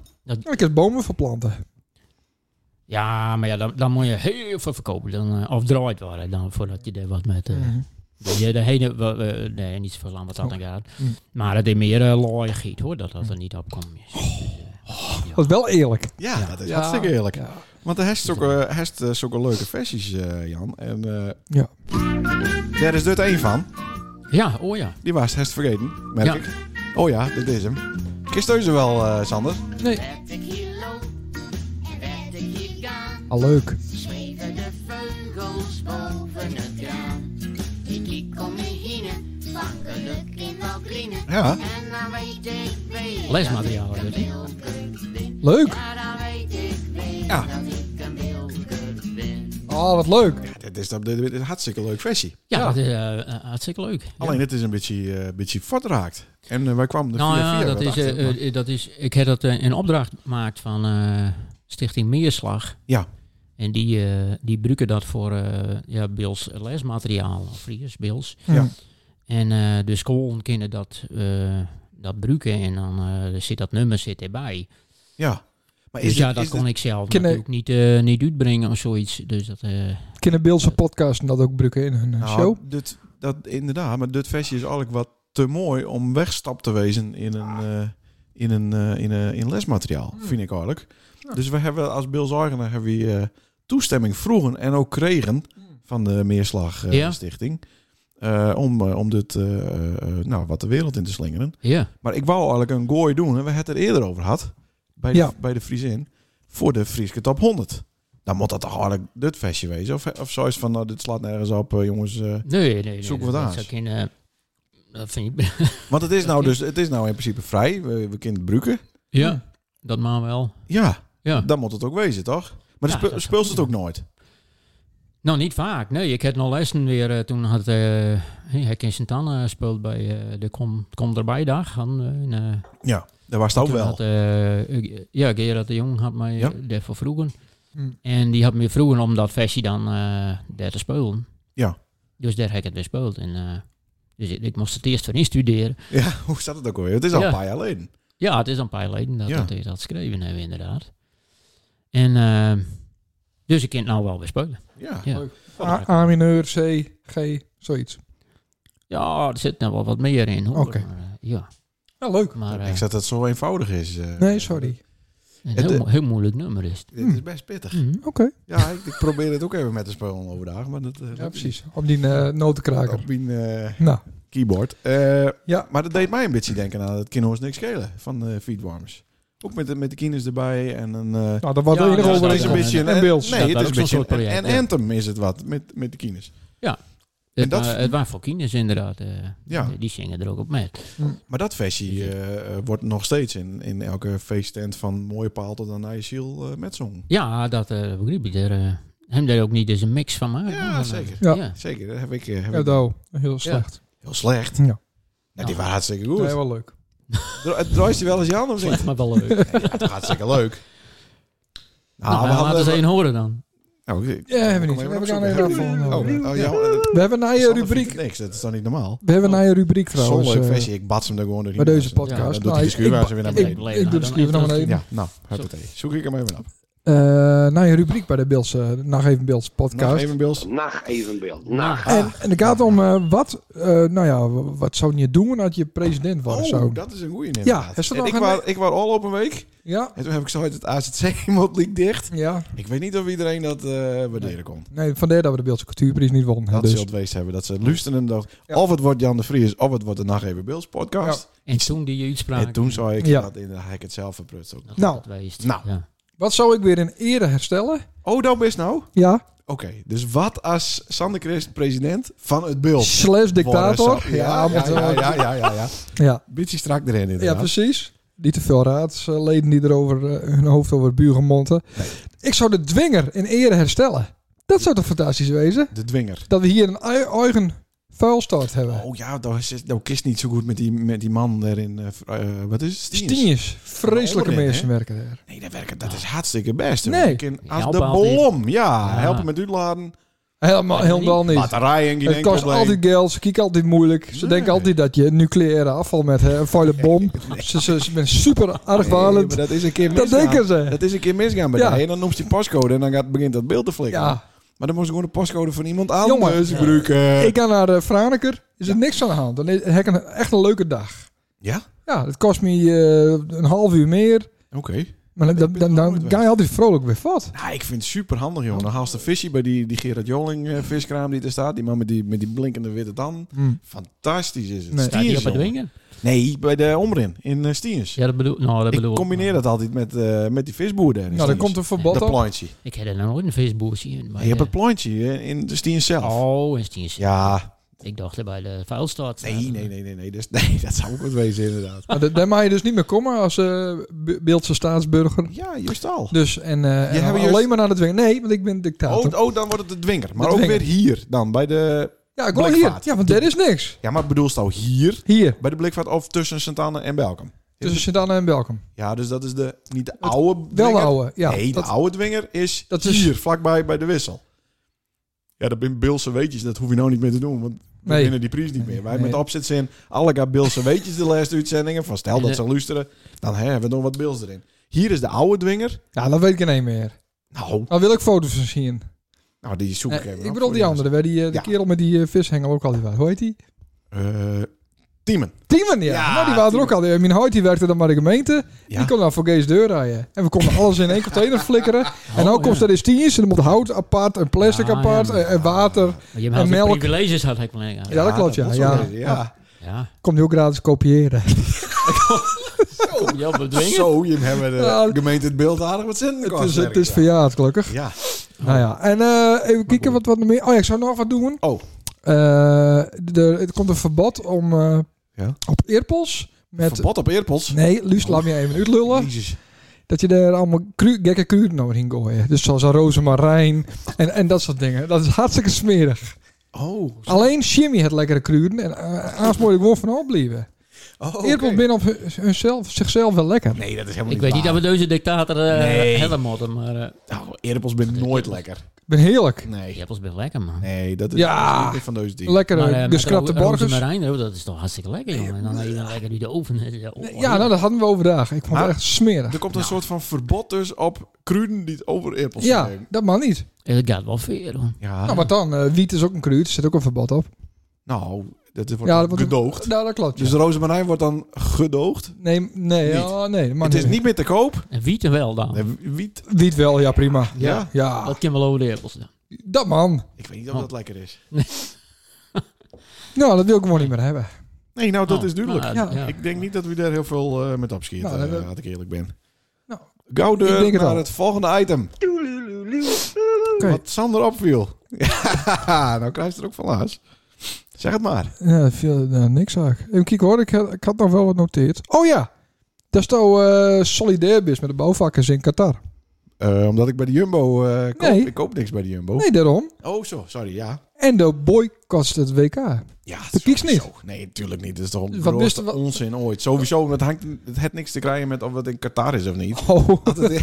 B: ik heb bomen verplanten.
E: Ja, maar ja, dan, dan moet je heel veel verkopen. Dan, eh, of draait worden dan, voordat je er wat met... eh,
B: Mhm.
E: Ja, de hele, wa- wa- nee, niet zoveel aan wat dat dan gaat.
B: Mm.
E: Maar het is meer eh lawaai giet hoor, dat dat er niet op komt.
B: Dat is wel eerlijk.
A: Ja, dat is
B: Ja.
A: hartstikke eerlijk.
B: Ja.
A: Want hij heeft ook, eh, hij heeft, eh, zulke leuke versies, eh, Jan. En eh,
B: Ja.
A: daar is dit één van.
E: Ja, oh ja.
A: Die was het heeft vergeten, merk
E: Ja.
A: ik. Oh ja, dit is hem. Kist deze wel, eh, Sander?
H: Werd ik hier loop en werd ik hier gaan,
B: Al Ah, leuk.
H: zweven de vleugels boven het raam. Ik kiek om me heen, van geluk in Walgrine.
A: Ja.
H: En dan weet ik weer
E: Lesmateriaal,
H: dat ik
E: dus, hè?
H: een wilker ben.
B: Leuk.
H: Ja, dan weet ik weer
A: Ja.
H: dat ik een wilker ben.
B: Oh, wat leuk.
A: Dit is, dit is een hartstikke leuk versie.
E: Ja,
B: Ja.
E: dat is eh, eh, hartstikke leuk. Ja.
A: Alleen dit is een beetje, eh beetje vertraakt. En eh, wij kwamen de
E: nou
A: 4
E: ja, dat is, eh, eh, dat is, ik heb dat eh, in opdracht gemaakt van eh, Stichting Meerslag.
A: Ja.
E: En die, eh, die gebruiken dat voor eh ja, Bils lesmateriaal, of Fries Bils.
A: Ja.
E: En eh, de scholen kunnen dat, eh dat gebruiken en dan eh, zit dat nummer zit erbij.
A: ja. Maar
E: dus
A: dit-
E: ja, dat
A: dit-
E: kon ik zelf
B: Ken-
E: natuurlijk niet, eh, niet uitbrengen of zoiets. Dus dat, eh,
B: Kunnen Beeldse podcasten dat ook gebruiken in hun eh,
A: nou,
B: show?
A: Dit, dat, inderdaad, maar dit versie is eigenlijk wat te mooi om wegstap te wezen in een, eh, in een eh, in, een in lesmateriaal, vind ik eigenlijk. Dus we hebben als Bils Eigenaar hebben we eh, toestemming vroegen en ook kregen van de Meerslag eh,
E: Ja.
A: Stichting. eh, om, eh, om dit, eh, eh, eh, nou, wat de wereld in te slingeren.
E: ja.
A: Maar ik wou eigenlijk een gooi doen. En we het er eerder over gehad. Bij de,
B: Ja.
A: bij de Friesin. Voor de Frieske Top 100. Dan moet dat toch eigenlijk dit festje wezen. Of, of zoiets van, nou, dit slaat nergens op, eh, jongens. eh.
E: Nee, nee, nee.
A: Zoek
E: dat-
A: wat
E: dat
A: aans.
E: zou ik in, eh, dat vind ik...
A: Want het is, nou dus, het is nou in principe vrij. We, we kunnen het bruken.
E: ja, dat maar wel.
A: Ja,
E: Ja.
A: dan moet het ook wezen, toch? Maar
E: Ja,
A: dan spe,
E: dat-
A: speelt ze het ook nooit.
E: Nou, niet vaak. Nee, ik heb nog lessen weer. eh, toen had eh Hek in Sint-Anne gespeeld bij eh, de Kom, Kom erbij dag. Aan, eh, in, eh,
A: Ja, daar was het ook
E: toen
A: Oh, wel.
E: had, eh, ik- ja, Gerard de Jong had mij
A: Ja.
E: eh, daarvoor vroegen.
B: Hm.
E: En die had me vroegen om dat versie dan eh, daar te spelen.
A: Ja.
E: Dus daar heb ik het weer gespeeld. En, eh, dus ik, ik moest het eerst van instuderen.
A: Ja, hoe staat het ook alweer? Het is al
E: Ja.
A: een paar jaar geleden.
E: Ja, het is al een paar jaar geleden dat
A: Ja.
E: dat ik dat geschreven hebben, inderdaad. En eh, dus ik kan het nou wel weer spelen.
A: Ja.
E: Ja.
B: A, A mineur, C, G, zoiets.
E: Ja, er zit nou wel wat meer in. hoor.
B: Oké.
E: Maar, eh, ja,
B: Nou, leuk.
E: maar eh,
A: ik zeg dat het zo eenvoudig is. eh.
B: Nee, sorry. Hm.
E: een
A: Het,
E: heel,
A: eh,
E: mo- heel moeilijk nummer is het.
A: Dit is best pittig.
E: Mhm.
B: Oké.
A: Ja, ik, ik probeer het ook even met de spelen overdag. Maar dat, eh,
B: Ja,
A: lukt
B: precies. Om die eh,
A: niet.
B: notenkraker.
A: Op mijn, eh,
B: Nou,
A: keyboard. Eh,
B: Ja.
A: Maar dat deed mij een beetje denken aan het Kinhoos Niks Schelen van eh Feedwarmers. Ook met de, met de kines erbij en een... eh,
B: nou dat was
E: Ja,
B: de enige
E: dat
A: het is
E: wel
A: een
B: overweging.
A: beetje een...
B: En Bills.
A: Nee,
E: Dat
A: het
E: was
A: is een
E: ook zo'n
A: beetje
E: soort project,
A: een,
E: ja.
A: een anthem is het wat, met, met de kines. En
E: Het,
A: dat-
E: wa- het waren voor kinders inderdaad. eh,
A: Ja.
E: Die zingen er ook op met.
A: Maar dat versie eh, eh, wordt nog steeds in, in elke feesttent van Mooie Paal tot aan Nijsiel eh met zong.
E: Ja, dat eh begreep ik er. eh, hem daar ook niet eens een mix van maken.
A: Ja,
E: Maar, eh,
A: zeker.
E: Ja.
B: Ja.
A: Zeker, dat heb ik, eh, heb
B: Ja,
A: ik
B: dat heel slecht.
A: heel slecht.
B: Ja.
A: Nou, die waren hartstikke goed.
B: Nee, wel leuk.
A: Dro- Het drooist je wel eens Jan of niet?
E: Slecht, maar wel leuk.
A: Nee, ja, het was hartstikke leuk. Nou,
E: nou,
A: we Nou, hadden-
E: laten ze een horen dan.
A: Nou, ik-
B: Ja, hebben we
A: kom
B: niet.
A: even
B: We
A: opzoeken.
B: gaan even daarvan.
A: Oh, oh, ja, eh,
B: We hebben
A: Sander
B: een eigen
A: vindt
B: rubriek.
A: Niks, dat is dan niet normaal.
B: We hebben een eigen rubriek
A: Zo'n
B: trouwens.
A: leuk
B: eh,
A: vestje. Ik bats hem er gewoon doorheen.
B: Bij deze
E: Ja,
A: dan
B: podcast.
A: doet hij
B: Nou,
A: de
B: ik-
A: schuurwijzer
B: ik-
A: weer naar
B: ik-
E: beneden.
A: nou,
B: Ik doe de schuur naar beneden.
A: Ja, nou, huppatee. Zoek ik hem even op.
B: Eh, Nou, je rubriek bij de Beels, eh, Nacht Even Beels
A: Nog
B: podcast.
A: even Ah. Bills.
C: Nacht evenbeeld. Nacht.
B: En, en het gaat om eh, wat, eh, nou ja, w- wat zou je doen als je president was? of zo?
A: Oh, dat is een goeie inderdaad.
B: is
A: En
B: dat nog
A: ik,
B: een-
A: was, ik was al op een week.
B: Ja,
A: En toen heb ik zo uit het AZC modliek dicht.
B: ja.
A: Ik weet niet of iedereen dat eh waarderen kon.
B: Nee, vandaar dat we de Beeldse cultuurprijs niet wonnen.
A: Dat ze
B: dus.
A: het wees hebben. Dat ze luisteren en dachten,
B: Ja.
A: of het wordt Jan de Vries, of het wordt de Nacht Even Bills podcast.
E: En toen die je uitspraak.
A: En toen zou ik
B: Ja.
A: dat in de ik het zelf verprutst ook.
E: Dat
B: Nou.
E: het geweest.
A: Nou.
E: Ja.
B: Wat zou ik weer in ere herstellen?
A: Oh, dat best nou?
B: Ja,
A: Oké, dus wat als Sander Christ president van het beeld?
B: slash dictator.
A: worden zou- Ja, ja,
B: want, eh,
A: ja, ja, ja, ja, ja.
B: ja.
A: Beetje strak erin
B: Ja,
A: inderdaad.
B: precies. Niet te veel raadsleden die erover eh, hun hoofd over het buur monten. Ik zou de dwinger in ere herstellen. Dat zou toch fantastisch wezen?
A: De dwinger.
B: Dat we hier een ei- eigen vuilstort hebben.
A: Oh ja, dat is, dat kist niet zo goed met die, met die man daarin. eh, vr- eh, wat is het? Stiens?
B: Stienjes. Vreselijke
A: Onderin,
B: mensen werken er.
A: Nee, dat werkt. Dat is hartstikke best. hoor.
B: Nee.
A: Ik ken- als
E: Helpen
A: de
E: altijd.
A: bom. Ja,
E: Ja.
A: helpen met uitladen.
B: Helemaal,
E: Maar niet.
B: helemaal niet.
A: Batterijen, geen
B: Het
A: enkel
B: kost altijd
A: probleem.
B: geld. Ze kijken altijd moeilijk. Ze
A: Nee.
B: denken altijd dat je nucleaire afval met hè, een vuile bom. Ze, ze, ze zijn super
A: Nee,
B: argwalend.
A: maar dat is een keer
B: Dat
A: misgaan.
B: denken ze.
A: Dat is een keer misgaan bij
B: Ja.
A: die. En dan noemt hij postcode en dan gaat, begint dat beeld te flikken.
B: Ja,
A: Maar dan moest ik gewoon de postcode van iemand anders
B: Jongen.
A: gebruiken.
B: ik ga naar eh Franeker. Is er niks aan de hand. Dan is- heb ik een- echt een leuke dag.
A: Ja?
B: Ja, het kost me eh, een half uur meer.
A: Oké.
B: Maar dan, dan, dan, dan ga je altijd vrolijk weer vat.
A: Nou, ik vind het super handig, jongen. Dan haalt de visje bij die, die Gerard Joling eh, viskraam die er staat. Die man met die, met die blinkende witte tanden. Fantastisch is het.
B: Nee.
E: Staat die
A: Stiers,
E: op het
A: jongen.
E: dwingen?
A: Nee, bij de Omrin in eh, Stiers.
E: Ja, dat bedoel nou, dat
A: ik
E: bedoel
A: combineer dat altijd met, eh, met die visboer daar in
B: Nou, dan
A: Stiers.
B: komt een verbod
A: Dat
B: op.
A: plantje.
E: Ik heb er nog nooit een Facebook zien. Maar
A: Je hebt
E: eh,
A: het plantje eh, in de Stiers zelf.
E: Oh, is die ja.
A: Ja,
E: Ik dacht er bij de vuilstad.
A: nee, nee, nee, nee. Nee, dus, nee dat zou ook wat wezen inderdaad.
B: Maar da- Daar mag je dus niet meer komen als eh, Be- Beeldse staatsburger.
A: Ja, juist al.
B: Dus en, eh, en
A: hebben
B: alleen
A: juist-
B: maar naar de dwing. Nee, want ik ben
A: Oh,
B: dictator.
A: oh, dan wordt het de dwinger. Maar
B: De
A: ook
B: dwinger.
A: weer hier dan, bij de...
B: ja, ik wil hier.
A: Blikvaart.
B: Ja, want er is niks.
A: Ja, maar bedoel je nou hier,
B: Hier,
A: bij de blikvaart of tussen Sint-Anne en Belkom?
B: tussen Sint-Anne en Belkom.
A: Ja, dus dat is de, niet de oude
B: Wel
A: dwinger.
B: ouwe. Ja,
A: nee,
B: dat-
A: de oude dwinger is,
B: Dat is-
A: hier, vlakbij bij de wissel. Ja, dat zijn Bilse weetjes. Dat hoef je nou niet meer te doen, want we
B: Nee.
A: winnen die prijs niet meer. Wij
B: Nee.
A: met opzet zijn alle gaan Bilse weetjes de laatste uitzendingen. Van stel dat ze luisteren, dan hè, hebben we nog wat Bils erin. Hier is de oude dwinger.
B: ja, dat weet ik niet meer.
A: Nou,
B: Dan wil ik foto's van zien.
A: nou die zoek
B: Nee,
A: ik even.
B: Eh, ik
A: op
B: bedoel
A: voor
B: die andere, waar die, eh, de
A: Ja.
B: kerel met die eh, vishengel ook altijd was. Hoe heet die?
A: mensen. Eh, Tiemen.
B: Tiemen, ja.
A: Ja,
B: nou, die waren er ook
A: Tiemen.
B: altijd. Mijn huid die werkte dan bij de gemeente.
A: Ja.
B: Die kon dan voor Gees deur rijden. En we konden alles in één container flikkeren. en dan
E: ja.
B: komt er eens tienjes. En dan moet hout apart en plastic
E: Ja,
B: apart
E: ja.
B: en, en water.
E: Maar je
B: En
E: had
B: melk.
E: melk. privileges had ik wel. Ja.
B: Ja,
A: Ah,
B: dat klopt, ja.
A: moet zo
B: ja. Ah.
A: wezen, ja.
E: ja.
B: Komt die ook gratis kopiëren.
E: Kom je op het dwingen?
A: Zo, je hebben de
B: Nou,
A: gemeente het beeld aardig wat zin.
B: het is, het is verjaard, gelukkig.
A: Ja.
B: Nou ja, en eh, even kijken wat, wat er meer... Oh ja, ik zou nog wat doen.
A: Oh.
B: Eh, de, het komt een verbod om eh,
A: Ja.
B: op eerpels met...
A: Verbod op eerpels.
B: Nee, Luus, laat me even uitlullen.
A: Jezus.
B: Dat je er allemaal kru gekke kuren overheen gooien. Dus zoals een rozemarijn en, en dat soort dingen. Dat is hartstikke smerig.
A: Oh.
B: Alleen Jimmy had lekkere kruiden en eh, Aas moet ik gewoon van opblijven.
A: oh oké.
B: Okay. binnen op hun- hunzelf, zichzelf wel lekker.
A: Nee, dat is helemaal
E: Ik weet niet dat we deze dictator eh
A: Nee.
E: hebben moeten, maar eh
A: Nou, eerpels ben nooit lekker.
B: Ik ben heerlijk.
E: die
A: Nee.
E: appels zijn lekker, man.
A: Nee, dat is
B: Ja.
A: dat is van deze dingen.
B: Lekkere
E: Maar, eh, met
B: geskrapte
E: ro- roze
B: borgers.
E: marijn, oh, dat is toch hartstikke lekker, jongen. En dan heb je dan lekker die de oven. Ja, oh,
B: Ja, nou, dat hadden we overdag. Ik vond
A: Maar-
B: het echt smerig.
A: Er komt een soort van verbod dus op kruden die het over eerpels
B: Ja,
A: nemen.
B: dat mag niet.
E: Het gaat wel ver, hoor.
A: Ja.
B: Nou, wat dan? Eh, wiet is ook een kruid. Er zit ook een verbod op.
A: Nou, dat wordt
B: Ja,
A: dan
B: dat wordt-
A: gedoogd.
B: Nou, dat klopt. ja.
A: Dus de rozemarijn wordt dan gedoogd.
B: Nee, nee,
A: Niet.
B: ja, nee. dat mag
A: het is niet meer te koop.
E: En wieten wel dan.
A: Nee, wiet.
B: Wiet wel, ja, prima.
A: Ja.
B: Ja,
E: Dat kan wel over de appels dan.
B: dat man.
A: Ik weet niet of
E: Oh.
A: dat lekker is.
B: Nou, dat wil ik gewoon niet meer hebben.
A: Nee, nou, dat
E: Oh,
A: is duidelijk.
E: nou,
B: Ja.
E: ja.
A: Ik denk niet dat we daar heel veel eh, met opschieten,
B: Nou, dan
A: eh,
B: hebben-
A: laat ik eerlijk ben.
B: Nou,
A: Gauw
B: ik
A: door
B: denk het
A: naar
B: al.
A: het volgende item.
B: Oké.
A: Wat Sander opviel. Ja, nou krijg je er ook van Laas. Zeg het maar.
B: Ja, dat viel eh, niks aan. Even kijken hoor, ik had, ik had nog wel wat noteerd. Oh ja, dat is nou eh, solidair bent met de bouwvakkers in Qatar.
A: Eh, omdat ik bij de Jumbo eh, koop.
B: Nee.
A: Ik koop niks bij de Jumbo.
B: Nee, daarom.
A: Oh, zo. Sorry, ja.
B: En de boycott het WK.
A: Ja,
B: Dat kies
A: sowieso. Nee, natuurlijk niet. Dat is toch een
B: Wat
A: grootste
B: wist- wat-
A: onzin ooit. Sowieso, want het, hangt, het heeft niks te krijgen met of het in Qatar is of niet.
B: Oh,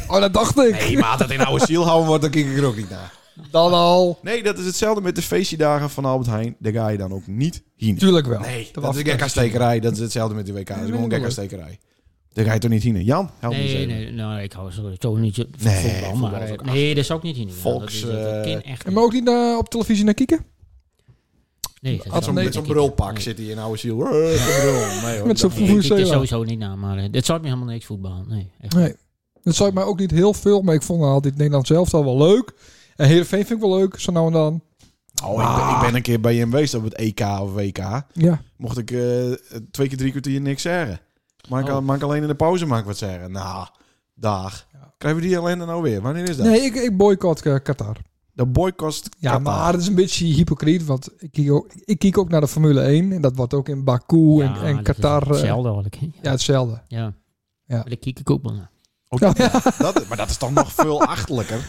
B: oh dat dacht ik.
A: Nee, maar dat in oude ziel houden wordt, dan kijk ik er ook niet naar.
B: Dan al.
A: Nee, dat is hetzelfde met de feestdagen van Albert Heijn. Daar ga je dan ook niet heen.
B: Tuurlijk wel.
A: Nee, dat,
B: was
A: is gekkastekerij. Dat is hetzelfde met de WK. Dat is gewoon gekkastekerij. Daar ga je toch niet heen. Jan, help me eens
E: Nee,
A: even.
E: nee, nou, ik hou zo- zo niet zo- van
A: Nee,
E: voetbal,
A: voetbal
E: maar,
A: is ook
E: eh, nee, dat zou ik niet in.
A: Volks,
E: dat, is- dat
A: eh,
E: kan echt
B: En maar ook niet naar- op televisie naar kijken?
E: niet. Nee, dat
A: Had zo'n
E: zou ik
A: met zo'n
E: niet.
A: brulpak
E: Nee.
A: zit hij in oude ziel. Eh, ik heb brul. Nee, hoor,
B: Met zo'n
A: dat-
E: Nee, ik kijk er
B: Hoezo?
E: sowieso niet naar, maar eh, dit zou me helemaal niks voetbal. Nee, echt.
B: Nee. Dat zou ik mij ook niet heel veel, maar ik vond nou altijd Nederland zelf al wel leuk. En Heerenveen vind ik wel leuk, zo nou en dan.
A: Oh, ik, ben, ik ben een keer bij hem geweest op het EK of WK.
B: Ja.
A: Mocht ik eh, twee keer drie kwartier niks zeggen. Maar ik,
E: Oh.
A: mag ik alleen in de pauze mag ik wat zeggen. Nou, dag. Krijgen we die ellende nou weer? Wanneer is dat?
B: Nee, ik, ik boycott eh, Qatar.
A: De boycott
B: Ja,
A: Qatar.
B: maar dat is een beetje hypocriet, want ik kijk ook, ik kijk ook naar de Formule 1. En dat wordt ook in Baku en,
E: Ja,
B: en
E: dat is
B: Qatar. eh,
E: Hetzelfde eigenlijk. hè.
B: ja, hetzelfde.
E: Ja.
B: Ja.
E: Maar daar kijk ik ook wel naar.
A: Ook
B: Ja.
A: dat- dat- maar dat is toch nog veel achterlijker.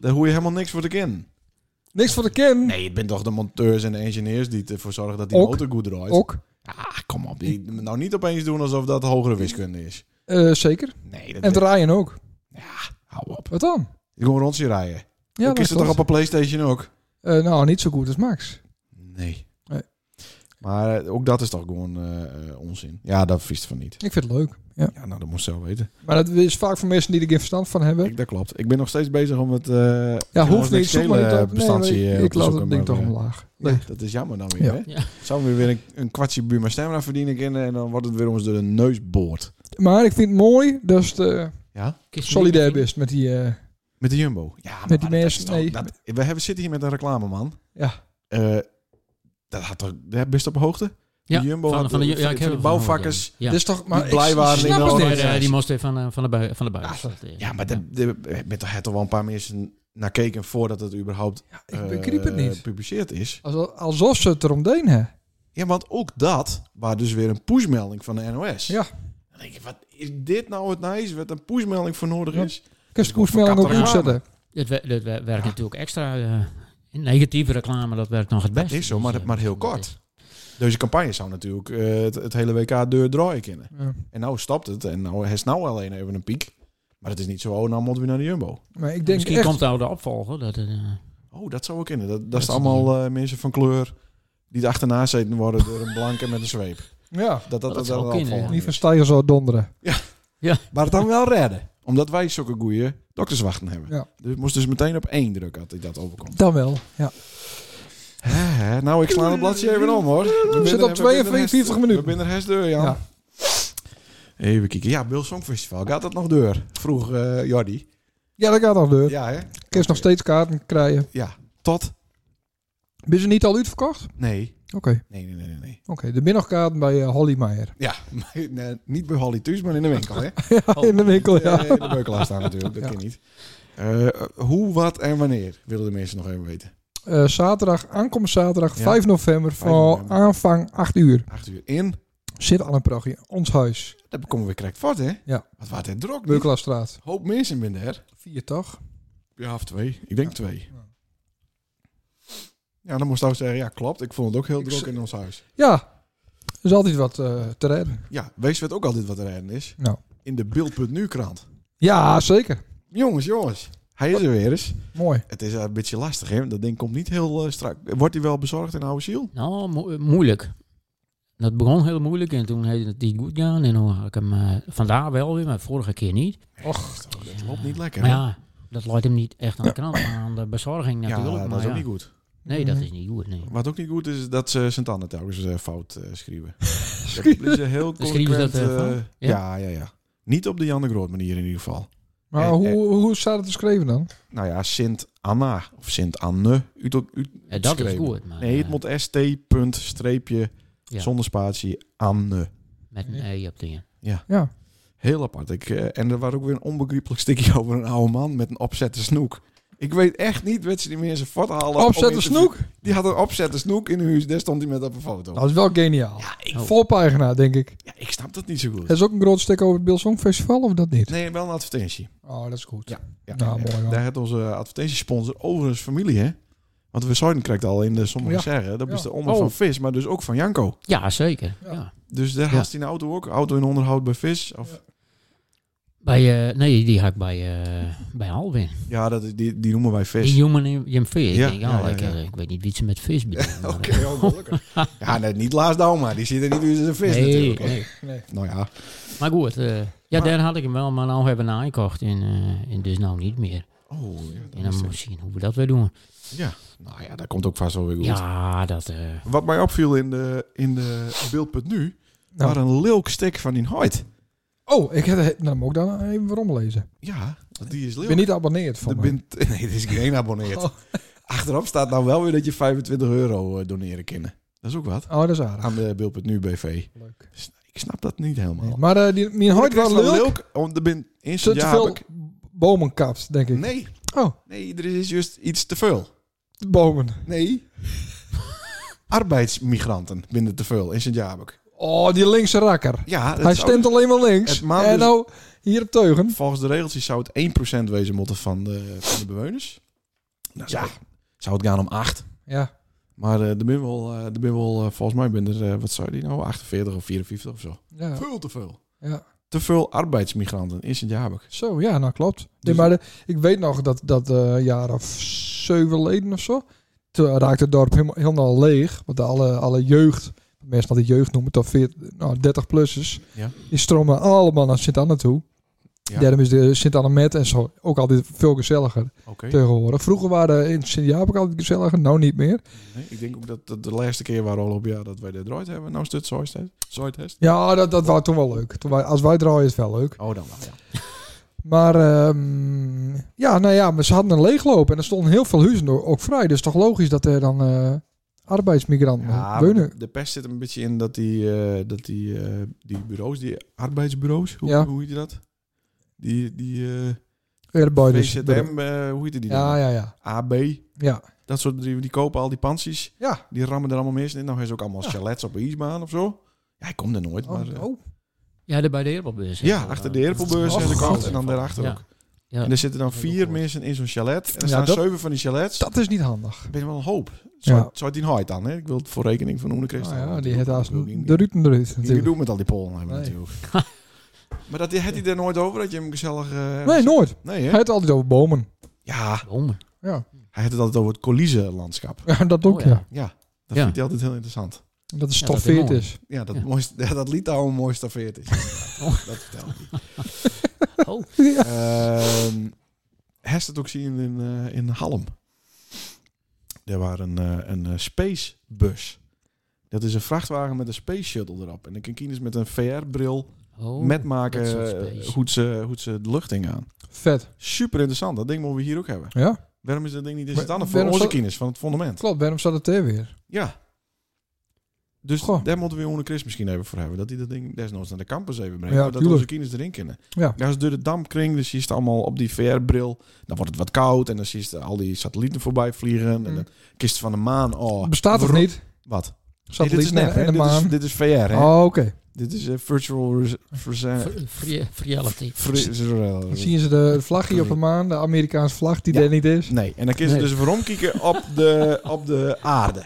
A: Daar hoor je helemaal niks voor te kennen.
B: Niks voor de ken.
A: Nee, het zijn toch de monteurs en de engineers die ervoor zorgen dat die
B: Ook.
A: motor goed draait.
B: Ook,
A: Ah, kom op. Die, nou niet opeens doen alsof dat hogere wiskunde is.
B: eh, zeker.
A: Nee, dat
B: En het rijden ook.
A: hou op.
B: Wat dan?
A: Je komt rond zien rijden.
B: Ja,
A: ook
B: dat
A: is het toch
B: klopt.
A: op een Playstation ook?
B: Eh, nou, niet zo goed als Max.
A: Nee.
B: Nee.
A: Maar eh, ook dat is toch gewoon eh, eh, onzin. Ja, dat vies van niet.
B: Ik vind het leuk.
A: Ja, nou, dat moest zo weten.
B: Maar dat is vaak voor mensen die er geen verstand van hebben.
A: Ik, dat klopt. Ik ben nog steeds bezig om het... eh,
B: ja,
A: jongens,
B: hoeft
A: met
B: niet. Zoek maar
A: schelen
B: niet op. Nee,
A: bestandje,
B: maar
A: eh,
B: ik,
A: op
B: ik
A: te
B: laat
A: zoeken,
B: dat ding
A: maar,
B: toch
A: eh,
B: omlaag.
A: Nee, dat is jammer dan weer.
B: Ja.
A: Hè?
E: Ja.
A: Zouden we weer een, een kwartje Buma Stemra verdienen kunnen en dan wordt het weer ons door de neus boord.
B: Maar ik vind het mooi dat je eh,
A: Ja?
B: solidair bent met die... eh,
A: Met de Jumbo. Ja,
B: Met die
A: dat
B: mensen,
A: is toch-
B: nee.
A: dat- we hebben, zitten hier met een reclameman.
B: Ja.
A: Eh, dat had toch... Best op hoogte?
E: Ja,
A: de Jumbo
E: van,
A: had
E: van de,
A: de-
E: ja, ik
A: van
E: heb
A: de
E: ervan
A: bouwvakkers
E: gehoord, Ja.
B: Dit is toch... Maar ik
A: blij waren
B: snap
A: in de
B: het
E: Maar,
B: niet.
A: orde.
E: eh, die moesten van, eh, van de bui- van de buis. eh,
A: Ja, maar de, de, met toch het al wel een paar mensen naar keken voordat het überhaupt
B: Ik begreep
A: eh,
B: het niet.
A: gepubliceerd is.
B: Alsof, alsof ze het erom deen hè.
A: Ja, want ook dat waar dus weer een pushmelding van de NOS.
B: Ja.
A: Dan denk je, wat is dit nou het nice? Wat een pushmelding voor nodig
B: Ja.
A: is?
B: Kun je de koersmelding ook
A: Verkapte
B: opzetten?
E: Dat, we- dat we- werkt natuurlijk extra. eh, negatieve reclame, dat werkt nog het best.
A: Dat is zo, maar,
E: Dus,
A: dat-
E: eh,
A: maar heel
E: dat is-
A: kort. Deze campagne zou natuurlijk eh, het, het hele WK deur draaien kunnen.
B: Ja.
A: En nou stopt het en nou is nou alleen even een piek. Maar het is niet zo, oh, nou moeten we naar de Jumbo.
B: Maar ik denk
E: Misschien
B: echt...
E: komt de oude opvolger. Dat, het, eh,
A: Oh, dat zou ook kunnen. Dat, dat
E: is
A: zijn allemaal eh, mensen van kleur die er achterna zitten worden door een blanke met een zweep.
B: Ja.
A: Dat dat,
E: Dat
A: dat,
E: zou
A: wel
E: kunnen,
A: opvalt.
E: ja. dus-
B: Niet van stijgen zo donderen.
A: Maar het dan wel redden. Omdat wij zulke goede dokterswachten hebben.
B: Ja.
A: Dus het moest dus meteen op één druk had ik dat overkomt.
B: Dan wel, ja.
A: Hè, hè. nou, ik sla het bladje even om hoor. We zijn
B: zitten op
A: er-
B: 42
A: we
B: minuten.
A: We zijn er herst deur, Jan.
B: Ja.
A: Even kijken. Ja, Bill Songfestival. Gaat dat nog door? Vroeg eh Jordi.
B: Ja, dat gaat nog deur.
A: Ja, hè?
B: Kun je nog steeds kaarten krijgen.
A: Ja. Tot?
B: Ben ze niet al uitverkocht?
A: Nee.
B: Oké.
A: Nee, nee, nee, nee. nee.
B: Oké, de middagkaarten bij eh, Holly Meijer.
A: Ja, maar, nee, niet bij Holly Thuis, maar in de winkel, hè?
B: In de winkel, Oh. ja.
A: Eh, in de beukelaar staan natuurlijk. Dat
B: Ja.
A: kan niet. Eh, hoe, wat en wanneer willen de mensen nog even weten.
B: Eh, zaterdag, aankomend zaterdag,
A: Ja.
B: 5 november,
A: 5
B: van
A: november.
B: aanvang 8 uur.
A: Acht uur in.
B: Zit al een prachtje, ons huis,
A: Dat komen we weer correct vast, hè?
B: Ja.
A: Wat wordt het drok? Een
B: Beukelaarstraat.
A: hoop mensen binnen her.
B: 4 toch?
A: Ja, of twee. Ik denk twee. Ja, dan moest ik zeggen, ja, klopt. Ik vond het ook heel
B: Ik
A: druk
B: z-
A: in ons huis.
B: Ja, er is altijd wat eh, te redden.
A: Ja, wees wat ook altijd wat er rijden is.
B: Nou.
A: In de Beeld.nu-krant.
B: Ja, zeker.
A: Jongens, jongens. Hij is er weer eens.
B: Mooi.
A: Het is eh, een beetje lastig, hè? Dat ding komt niet heel eh, strak. Wordt hij wel bezorgd in oude ziel?
E: Nou, mo- eh, moeilijk. Dat begon heel moeilijk en toen heette het niet goed gaan. En toen had ik hem eh, vandaar wel weer, maar vorige keer niet.
B: Och,
A: Dat loopt niet lekker,
E: Maar
A: hè?
E: ja, dat leidt hem niet echt aan de krant, maar aan de bezorging
A: Ja,
E: natuurlijk.
A: dat
E: maar
A: is ook
E: ja.
A: niet goed.
E: Nee,
B: Mm. Mhm.
E: dat is niet goed. Nee. Eh,
A: Wat ook niet goed is, dat ze zijn tanden telkens eh, fout eh, schrijven. Dat is eh, heel
E: Schrijven ze
A: consequent.
E: dat, eh,
A: eh,
E: fout? Ja?
A: ja, ja, ja. Niet op de Jan de Groot manier in ieder geval.
B: maar
A: Eh,
B: hoe, hoe staat het geschreven dan?
A: nou ja, Sint Anna of Sint Anne. U tot, u,
E: Eh, dat is
A: geschreven.
E: goed. Maar,
A: nee, het
E: eh,
A: moet st. Punt, streepje,
E: Ja.
A: zonder spatie, Anne.
E: Met een E op de
B: Ja.
A: Heel apart. Ik, eh, en er was ook weer een onbegrijpelijk stukje over een oude man met een opzette snoek. Ik weet echt niet wat ze die mensen vat halen. om
B: Opzet de
A: interview-
B: snoek. Nou,
A: Die had een opzette snoek in hun huis. Daar stond hij met op een foto.
B: Dat is wel geniaal.
A: Oh. ja, ik,
E: Oh.
B: Volpagina, denk ik.
A: ja, ik snap dat niet zo goed.
B: Er is ook een groot stuk over het Bill Song Festival, of dat niet?
A: Nee, wel een advertentie.
B: Oh, dat is goed.
A: Ja. Ja,
B: Nou, mooi wel.
A: Daar had onze advertentiesponsor overigens familie, hè? Want we zouden krijgt al in de sommige
B: Ja.
A: zeggen. Dat is
B: Ja.
A: de oma
E: Oh.
A: van Vis, maar dus ook van Janko.
E: Ja, zeker.
B: Ja.
E: Ja.
A: Dus daar
E: Ja.
A: had hij een auto ook. Auto in onderhoud bij vis. Of...
E: Bij, eh, nee, die had ik bij, eh bij Alwin.
A: Ja, dat, is- die, die noemen wij
E: Die
A: vis.
E: Human in in Vis.
A: Ja,
E: ik, denk,
A: ja,
E: oh,
A: ja,
E: ik,
A: ja.
E: eh, ik weet niet wie ze met vis bedoelen. maar,
A: Oké,
E: eh,
A: oh, gelukkig. ja, net niet Lars Dauma. Die zit er niet tussen zijn vis
E: nee,
A: natuurlijk.
E: nee.
A: Nou ja,
E: Maar goed, eh, ja, daar had ik hem wel, maar nou hebben we hem aangekocht en, eh, en dus nou niet meer.
A: oh, ja,
E: En
A: dan is
E: dan moeten
A: het-
E: we zien hoe we dat weer doen.
A: ja. Nou ja, dat komt ook vast wel weer goed.
E: Ja, dat... eh,
A: Wat mij opviel in de, in de beeld.nu,
B: Nou.
A: nou. waren een lilk stick van die Hoyt.
B: Oh, ik heb nou, dan moet ik dan even weer omlezen.
A: Ja, die is
B: Ik
A: lilk.
B: ben niet abonneerd van
A: Er
B: mij.
A: bent- nee, dit is geen abonneerd.
B: Oh.
A: Achterop staat nou wel weer dat je 25 euro eh, doneren kunnen. Dat is ook wat.
B: Oh, dat is aardig.
A: Aan de Beeld.nu BV.
B: Leuk.
A: Ik snap dat niet helemaal.
B: Nee, Maar eh, die, mijn hoort wel leuk.
A: Om de bin in
B: Te,
A: zijn
B: te
A: jaar
B: veel
A: heb ik-
B: bomen kapt, denk ik.
A: Nee,
B: Oh,
A: nee, er is juist iets te veel.
B: de bomen.
A: Nee. Arbeidsmigranten binnen te veel in sint jabek
B: Oh, die linkse rakker.
A: Ja, dat
B: Hij
A: zou-
B: stemt alleen maar links.
A: Het maand
B: en
A: dus-
B: nou, hier op teugen.
A: Volgens de regeltjes zou het 1% wezen moeten van de, van de bewoners. Nou, zou, zou het gaan om 8.
B: Ja,
A: Maar eh, de Bimbel, eh, de Bimbel eh, volgens mij ben er, eh, wat zou die nou, 48 of 54 of zo.
B: ja.
A: Veel te veel.
B: Ja.
A: Te veel arbeidsmigranten in sint jabek
B: Zo, ja, nou klopt. Nee,
A: Dus-
B: maar de- ik weet nog dat, dat eh jaar of zeven leden of zo. Toen raakte het dorp helemaal, helemaal leeg. Want alle, alle jeugd, mensen dat die jeugd noemen, tot 40, nou, 30-plussers,
A: Ja.
B: die stromen allemaal naar Sint-Anne toe.
A: Ja.
B: Daarom is de Sint-Anne met en zo ook altijd veel gezelliger
A: Oké.
B: tegenwoordig. Vroeger waren in Sint-Jaap ook altijd gezelliger, nou niet meer.
A: Nee, ik denk ook dat dat de laatste keer waar al op ja dat wij dit draait hebben. Nou is dit Zoidtest.
B: Ja, dat, dat was toen wel leuk. Toen wij, als wij draaien is het wel leuk.
A: Oh, dan wel, ja.
B: Maar ehm, ja, nou ja, maar ze hadden een leegloop en er stonden heel veel huizen door- ook vrij. Dus toch logisch dat er dan eh, arbeidsmigranten
A: ja
B: wonen.
A: de- de pest zit er een beetje in dat die, eh, dat die, eh, die bureaus, die arbeidsbureaus, hoe,
B: Ja.
A: hoe heet je dat? Die, die eh
B: Arbeiders.
A: VZM, eh, hoe heet die
B: Ja,
A: dan?
B: ja, ja.
A: AB,
B: Ja,
A: dat soort die, die kopen al die pansies.
B: Ja.
A: Die rammen er allemaal mis in. Nou, hij is ook allemaal
B: Ja.
A: chalets op een ijsbaan of zo. Ja, ik kom er nooit, maar... eh,
B: oh, oh.
E: ja, daar bij de Oh, Erpelbeurs.
A: Ja, achter de Erpelbeurs
B: en de kant
A: en dan daarachter ook.
E: Ja.
A: En er zitten dan vier mensen in zo'n chalet. En er
B: Ja,
A: staan
B: dat-
A: zeven van die chalets.
B: dat is niet handig.
A: Ik ben wel een hoop.
B: Ja.
A: Zou zou het die nooit dan, hè? Ik wil het voor rekening van Oene
B: Oh,
A: Christen.
B: ja, die het als
A: Ik wil niet-
B: de Ruiten eruit
A: niet meer
B: natuurlijk.
A: doen met al die Polen hebben
B: Nee.
A: natuurlijk. maar dat had hij er nooit over, dat je hem gezellig... eh,
B: Nee, nooit.
A: Nee,
B: Hij
A: hè?
B: had het altijd over bomen.
A: Ja,
E: Dom.
A: hij had het altijd over het Colisee-landschap.
B: Ja, dat ook,
E: Oh,
B: ja.
E: ja.
A: Ja, dat
E: Ja.
A: vindt hij altijd heel interessant.
B: Dat is
E: Ja, dat is
B: stoffeerd
E: mooi.
B: is.
A: Ja, dat,
E: Ja.
A: Mooi, ja, dat lied daar al mooi staffeerd is.
E: Oh.
A: Dat vertel ik.
E: Oh.
B: Ja.
A: Ehm Hest het ook zien in, eh, in Halm. Er waren een, eh, een eh, spacebus. Dat is een vrachtwagen met een space shuttle erop. En dan kan kinders met een VR-bril
E: Oh.
A: met
E: dat
A: maken
E: soort
A: eh,
E: space.
A: hoe ze, hoe ze de lucht ingaan.
B: Vet.
A: Super interessant. Dat ding moeten we hier ook hebben.
B: Ja,
A: Waarom is dat ding niet in
B: Maar
A: het voor
B: waarom
A: onze
B: zou-
A: kinders van het fundament?
B: klopt. Waarom staat het er weer?
A: Ja. Dus
B: Goh.
A: daar moeten we onder Chris misschien even voor hebben. Dat hij dat ding desnoods naar de campus even brengt. Oh,
B: Ja,
A: zodat
B: tuurlijk.
A: onze kinders erin kunnen.
B: Ja.
A: Ja, ze door de dampkring, dus je het allemaal op die VR-bril. Dan wordt het wat koud en dan zie je al die satellieten voorbij vliegen. En
B: Mm.
A: dan kist van de maan. Oh,
B: Bestaat het
A: Waarom-
B: niet?
A: Wat? Nee, dit is
B: Satellieten
A: nep,
B: en
A: hè?
B: de
A: Dit is,
B: maan.
A: dit is VR, hè?
B: Oh, oké.
A: Dit is eh, virtual... res- res- eh,
E: Fr- fri- Reality.
A: fri-
B: Dan zien ze de vlag hier op de maan, de Amerikaanse vlag die
A: Ja.
B: er niet is.
A: Nee, en dan kun je ze
E: Nee.
A: dus rondkijken op de, op de aarde.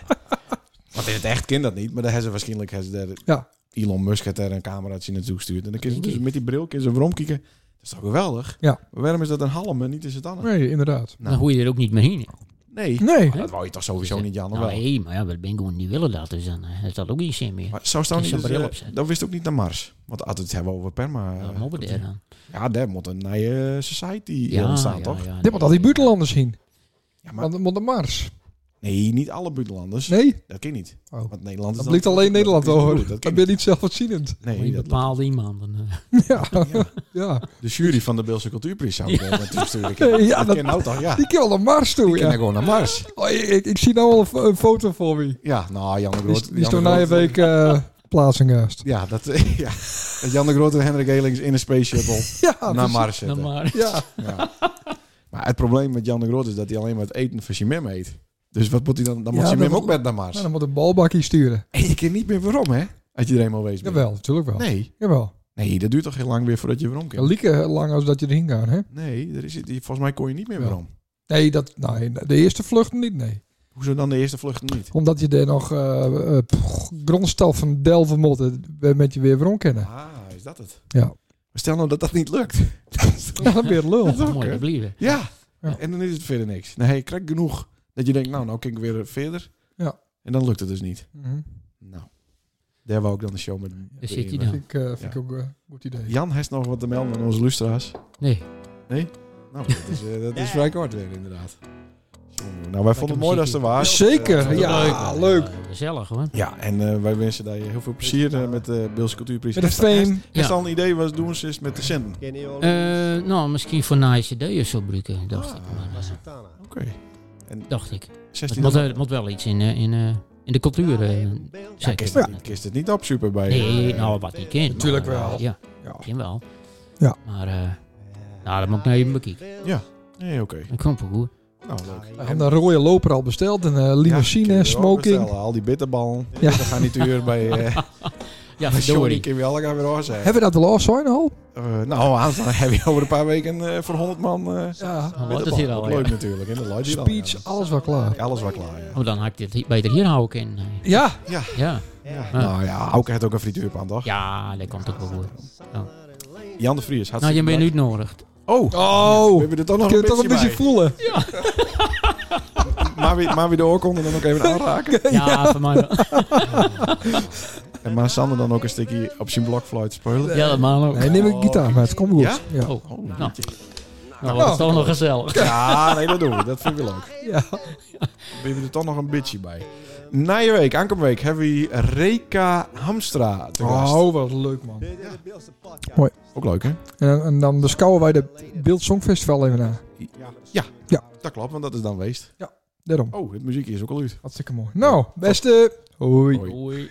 A: Want in het echt kind dat niet, maar daar hebben ze waarschijnlijk... hebben ze daar-
B: Ja.
A: Elon Musk heeft daar een cameraatje naartoe gestuurd. En dan kun je ze
E: Denk
A: dus
E: ik.
A: met die bril kun je ze rondkijken. Dat is toch geweldig?
B: Ja.
A: Maar waarom is dat een halm en niet is het ander?
B: Nee, inderdaad.
E: Dan hoor je er ook niet meer heen.
A: Nee.
B: Nee.
A: Maar Dat wou je toch sowieso niet, Jan? of
E: Nou,
A: wel?
E: nee, maar ja, we ben gewoon niet willen dat. Dus dan eh, heeft dat ook geen zin meer.
A: Maar zou staan
E: Kun je
A: niet
E: zo'n
A: dus,
E: bril
A: eh,
E: opzetten?
A: Dan wist het ook niet naar Mars. Want altijd hebben we over perma.
E: Ja,
A: eh,
E: mobben daar dan.
A: ja, daar moet een nieuwe society
E: Ja,
A: ontstaan,
E: ja,
A: toch?
E: ja,
B: Dit moet al die buitenlanders zien.
A: Ja, maar,
B: Want want de Mars.
A: nee, niet alle buitenlanders.
B: Nee,
A: Dat kan niet.
B: Oh.
A: Want Nederland is
B: dat
A: dan-
B: blijkt alleen Nederland
A: dat is
B: over.
A: goed,
B: Dat,
A: Dat kan
B: ben
A: niet.
B: je niet zelfvoorzienend.
E: Alleen
A: Nee, dat-
E: bepaalde iemanden. eh.
B: Ja.
A: Ja.
B: ja.
A: de jury van de Beelse Cultuurprijs zou ik eh, naartoe sturen.
B: Nee, ja,
A: dat,
B: dat-
A: ken nou toch? Ja,
B: Die kan wel naar Mars toe.
A: die ken
B: Ja.
A: gewoon naar Mars.
B: Oh, ik, ik- ik zie nou al een fo- een foto voor me.
A: Ja, nou, Jan de
B: Die,
A: Groot.
B: is- die
A: Jan
B: is eh,
A: de
B: toen na
A: Groot-
B: een week plaatsing gast.
A: Ja, dat, ja, dat Jan de Groot en Hendrik Elings in een space shuttle
B: Ja,
A: naar
B: Ah,
A: Mars
B: precies.
E: Dan
A: zetten.
E: maar.
B: Ja,
A: Ja. Maar het probleem met Jan de Groot is dat hij alleen maar het eten van zijn mem eet. Dus wat moet hij dan? Dan
B: Ja,
A: moet zijn
B: dat
A: mem ook
B: moet-
A: met naar Mars.
B: nou, dan moet een balbakje sturen.
A: En je kent niet meer waarom, hè? Als je er eenmaal wees bent.
B: Jawel, natuurlijk wel.
A: Nee.
B: Jawel.
A: Nee, dat duurt toch heel lang weer voordat je waarom
B: Ja,
A: kent.
B: Lieke lang als dat je erheen gaat, hè?
A: Nee, er is, volgens mij kon je niet meer
B: Ja.
A: waarom.
B: Nee, dat, nou, nee, de eerste vluchten niet, nee.
A: Hoezo dan de eerste vlucht niet?
B: Omdat je er nog eh eh, pff, grondstof van Delven moet, eh, met je weer weer om kennen.
A: Ah, is dat het?
B: Ja.
A: Maar stel nou dat dat niet lukt.
B: Ja, dan weer lul.
A: ook,
E: Oh, mooi
A: hè?
E: gebleven.
A: Ja.
B: Ja.
A: En dan is het verder niks. Nee, je krijgt genoeg dat je denkt, nou, nou kan ik weer verder.
B: Ja.
A: En dan lukt het dus niet.
B: Mhm.
A: Nou, daar wou ik dan de show met.
E: Daar zit hij
B: Vind
E: dan.
B: ik, eh, vind
A: Ja.
B: ik ook eh, een goed idee.
A: Jan heeft nog wat te melden aan onze lustra's.
E: Nee.
A: Nou, dat is, eh, dat is vrij kort weer inderdaad. Zo, Nou, wij vonden het mooi dat ze er
B: Ja,
A: waren.
B: Zeker,
A: Eh,
B: ja, leuk.
E: Eh, gezellig hoor.
A: Ja, en eh, wij wensen daar je heel veel plezier eh, met de Beelse Cultuurprijs.
B: Met een fame.
A: Is al een idee wat doen ze is met de centen?
D: Kenny Olin.
E: Eh, nou, misschien voor nice ideeën of zo gebruiken, dacht
A: Ah.
E: ik. Maar, eh,
D: Lasitana.
A: Oké.
E: dacht ik. Het
A: 16
E: moet, eh, moet wel iets in, eh, in, eh, in de cultuur. eh,
A: ja,
E: zeker.
A: kist, het- kist het niet op super bij
E: Nee,
A: eh,
E: nou wat ik ken.
B: Natuurlijk
E: maar, eh,
B: wel.
E: Ja,
B: Ja.
E: ken wel.
B: Ja.
E: Maar eh, nou, dat moet ik nou even bekijken.
A: Nee, oké.
E: Dat komt wel goed.
A: Nou, leuk.
B: We hadden een rode loper al besteld. Een eh, limousine,
A: Ja, kun je wel bestellen.
B: smoking.
A: Al die bitterballen.
B: Ja.
A: Ja. Dan gaan niet te huur bij, eh
E: Ja,
A: bij Johnny.
E: sorry.
A: Kun je alle gaan weer hoor zeggen.
B: Hebben we dat wel al zijn al?
A: Eh, nou, aan dan heb je over een paar weken eh, voor 100 man. eh
B: Ja.
E: Dan wordt
A: bitterballen.
E: het hier al.
A: Wat
E: ja.
A: Leuk natuurlijk. En de luidt hier al, ja.
B: Speech, alles wel klaar.
A: Ja, alles wel klaar. Ja.
E: Oh, dan had ik dit hier- beter hier houden in.
B: Ja,
E: Ja.
A: Ja.
E: Ja.
A: Nou ja, ook heeft ook een frituurpan, toch?
E: ja, dat komt ook wel goed.
A: Jan de Vries.
E: Nou, je
A: hartstikke
E: bent nu
A: bedankt.
E: nodig.
A: Oh, we
B: Oh,
A: hebben er toch nog
B: kun je
A: een
B: het toch
A: beetje,
B: een beetje
A: bij.
B: voelen?
A: Maar weer, maar weer de oorkonde dan ook even aanraken.
E: Ja, voor mij wel.
A: En maar Sander dan ook een stukje op zijn blokfluit spelen.
E: Ja, dat mag ook.
B: Nee, neem ik gitaar, maar het komt
A: Ja?
B: goed. Ja.
E: Oh,
A: Oh,
E: nou. Nou, was het toch nog gezellig.
A: Ja, nee, dat doen we. Dat vind ik leuk.
B: Ja.
A: We hebben er toch nog een bitchie bij. Na je week, aankomende week, hebben we Reka Hamstra te gast.
B: Oh, wat leuk man.
D: Dit is de Beelse podcast.
B: Mooi.
A: Ook leuk, hè?
B: En, en dan beschouwen wij de Beeld Songfestival even na.
A: Ja.
B: Ja.
A: Dat klopt, want dat is dan weest.
B: Daarom.
A: Oh, het muziekje is ook al uit.
B: Hartstikke mooi. Nou, beste. Hoi.
A: Hoi.
E: Oei.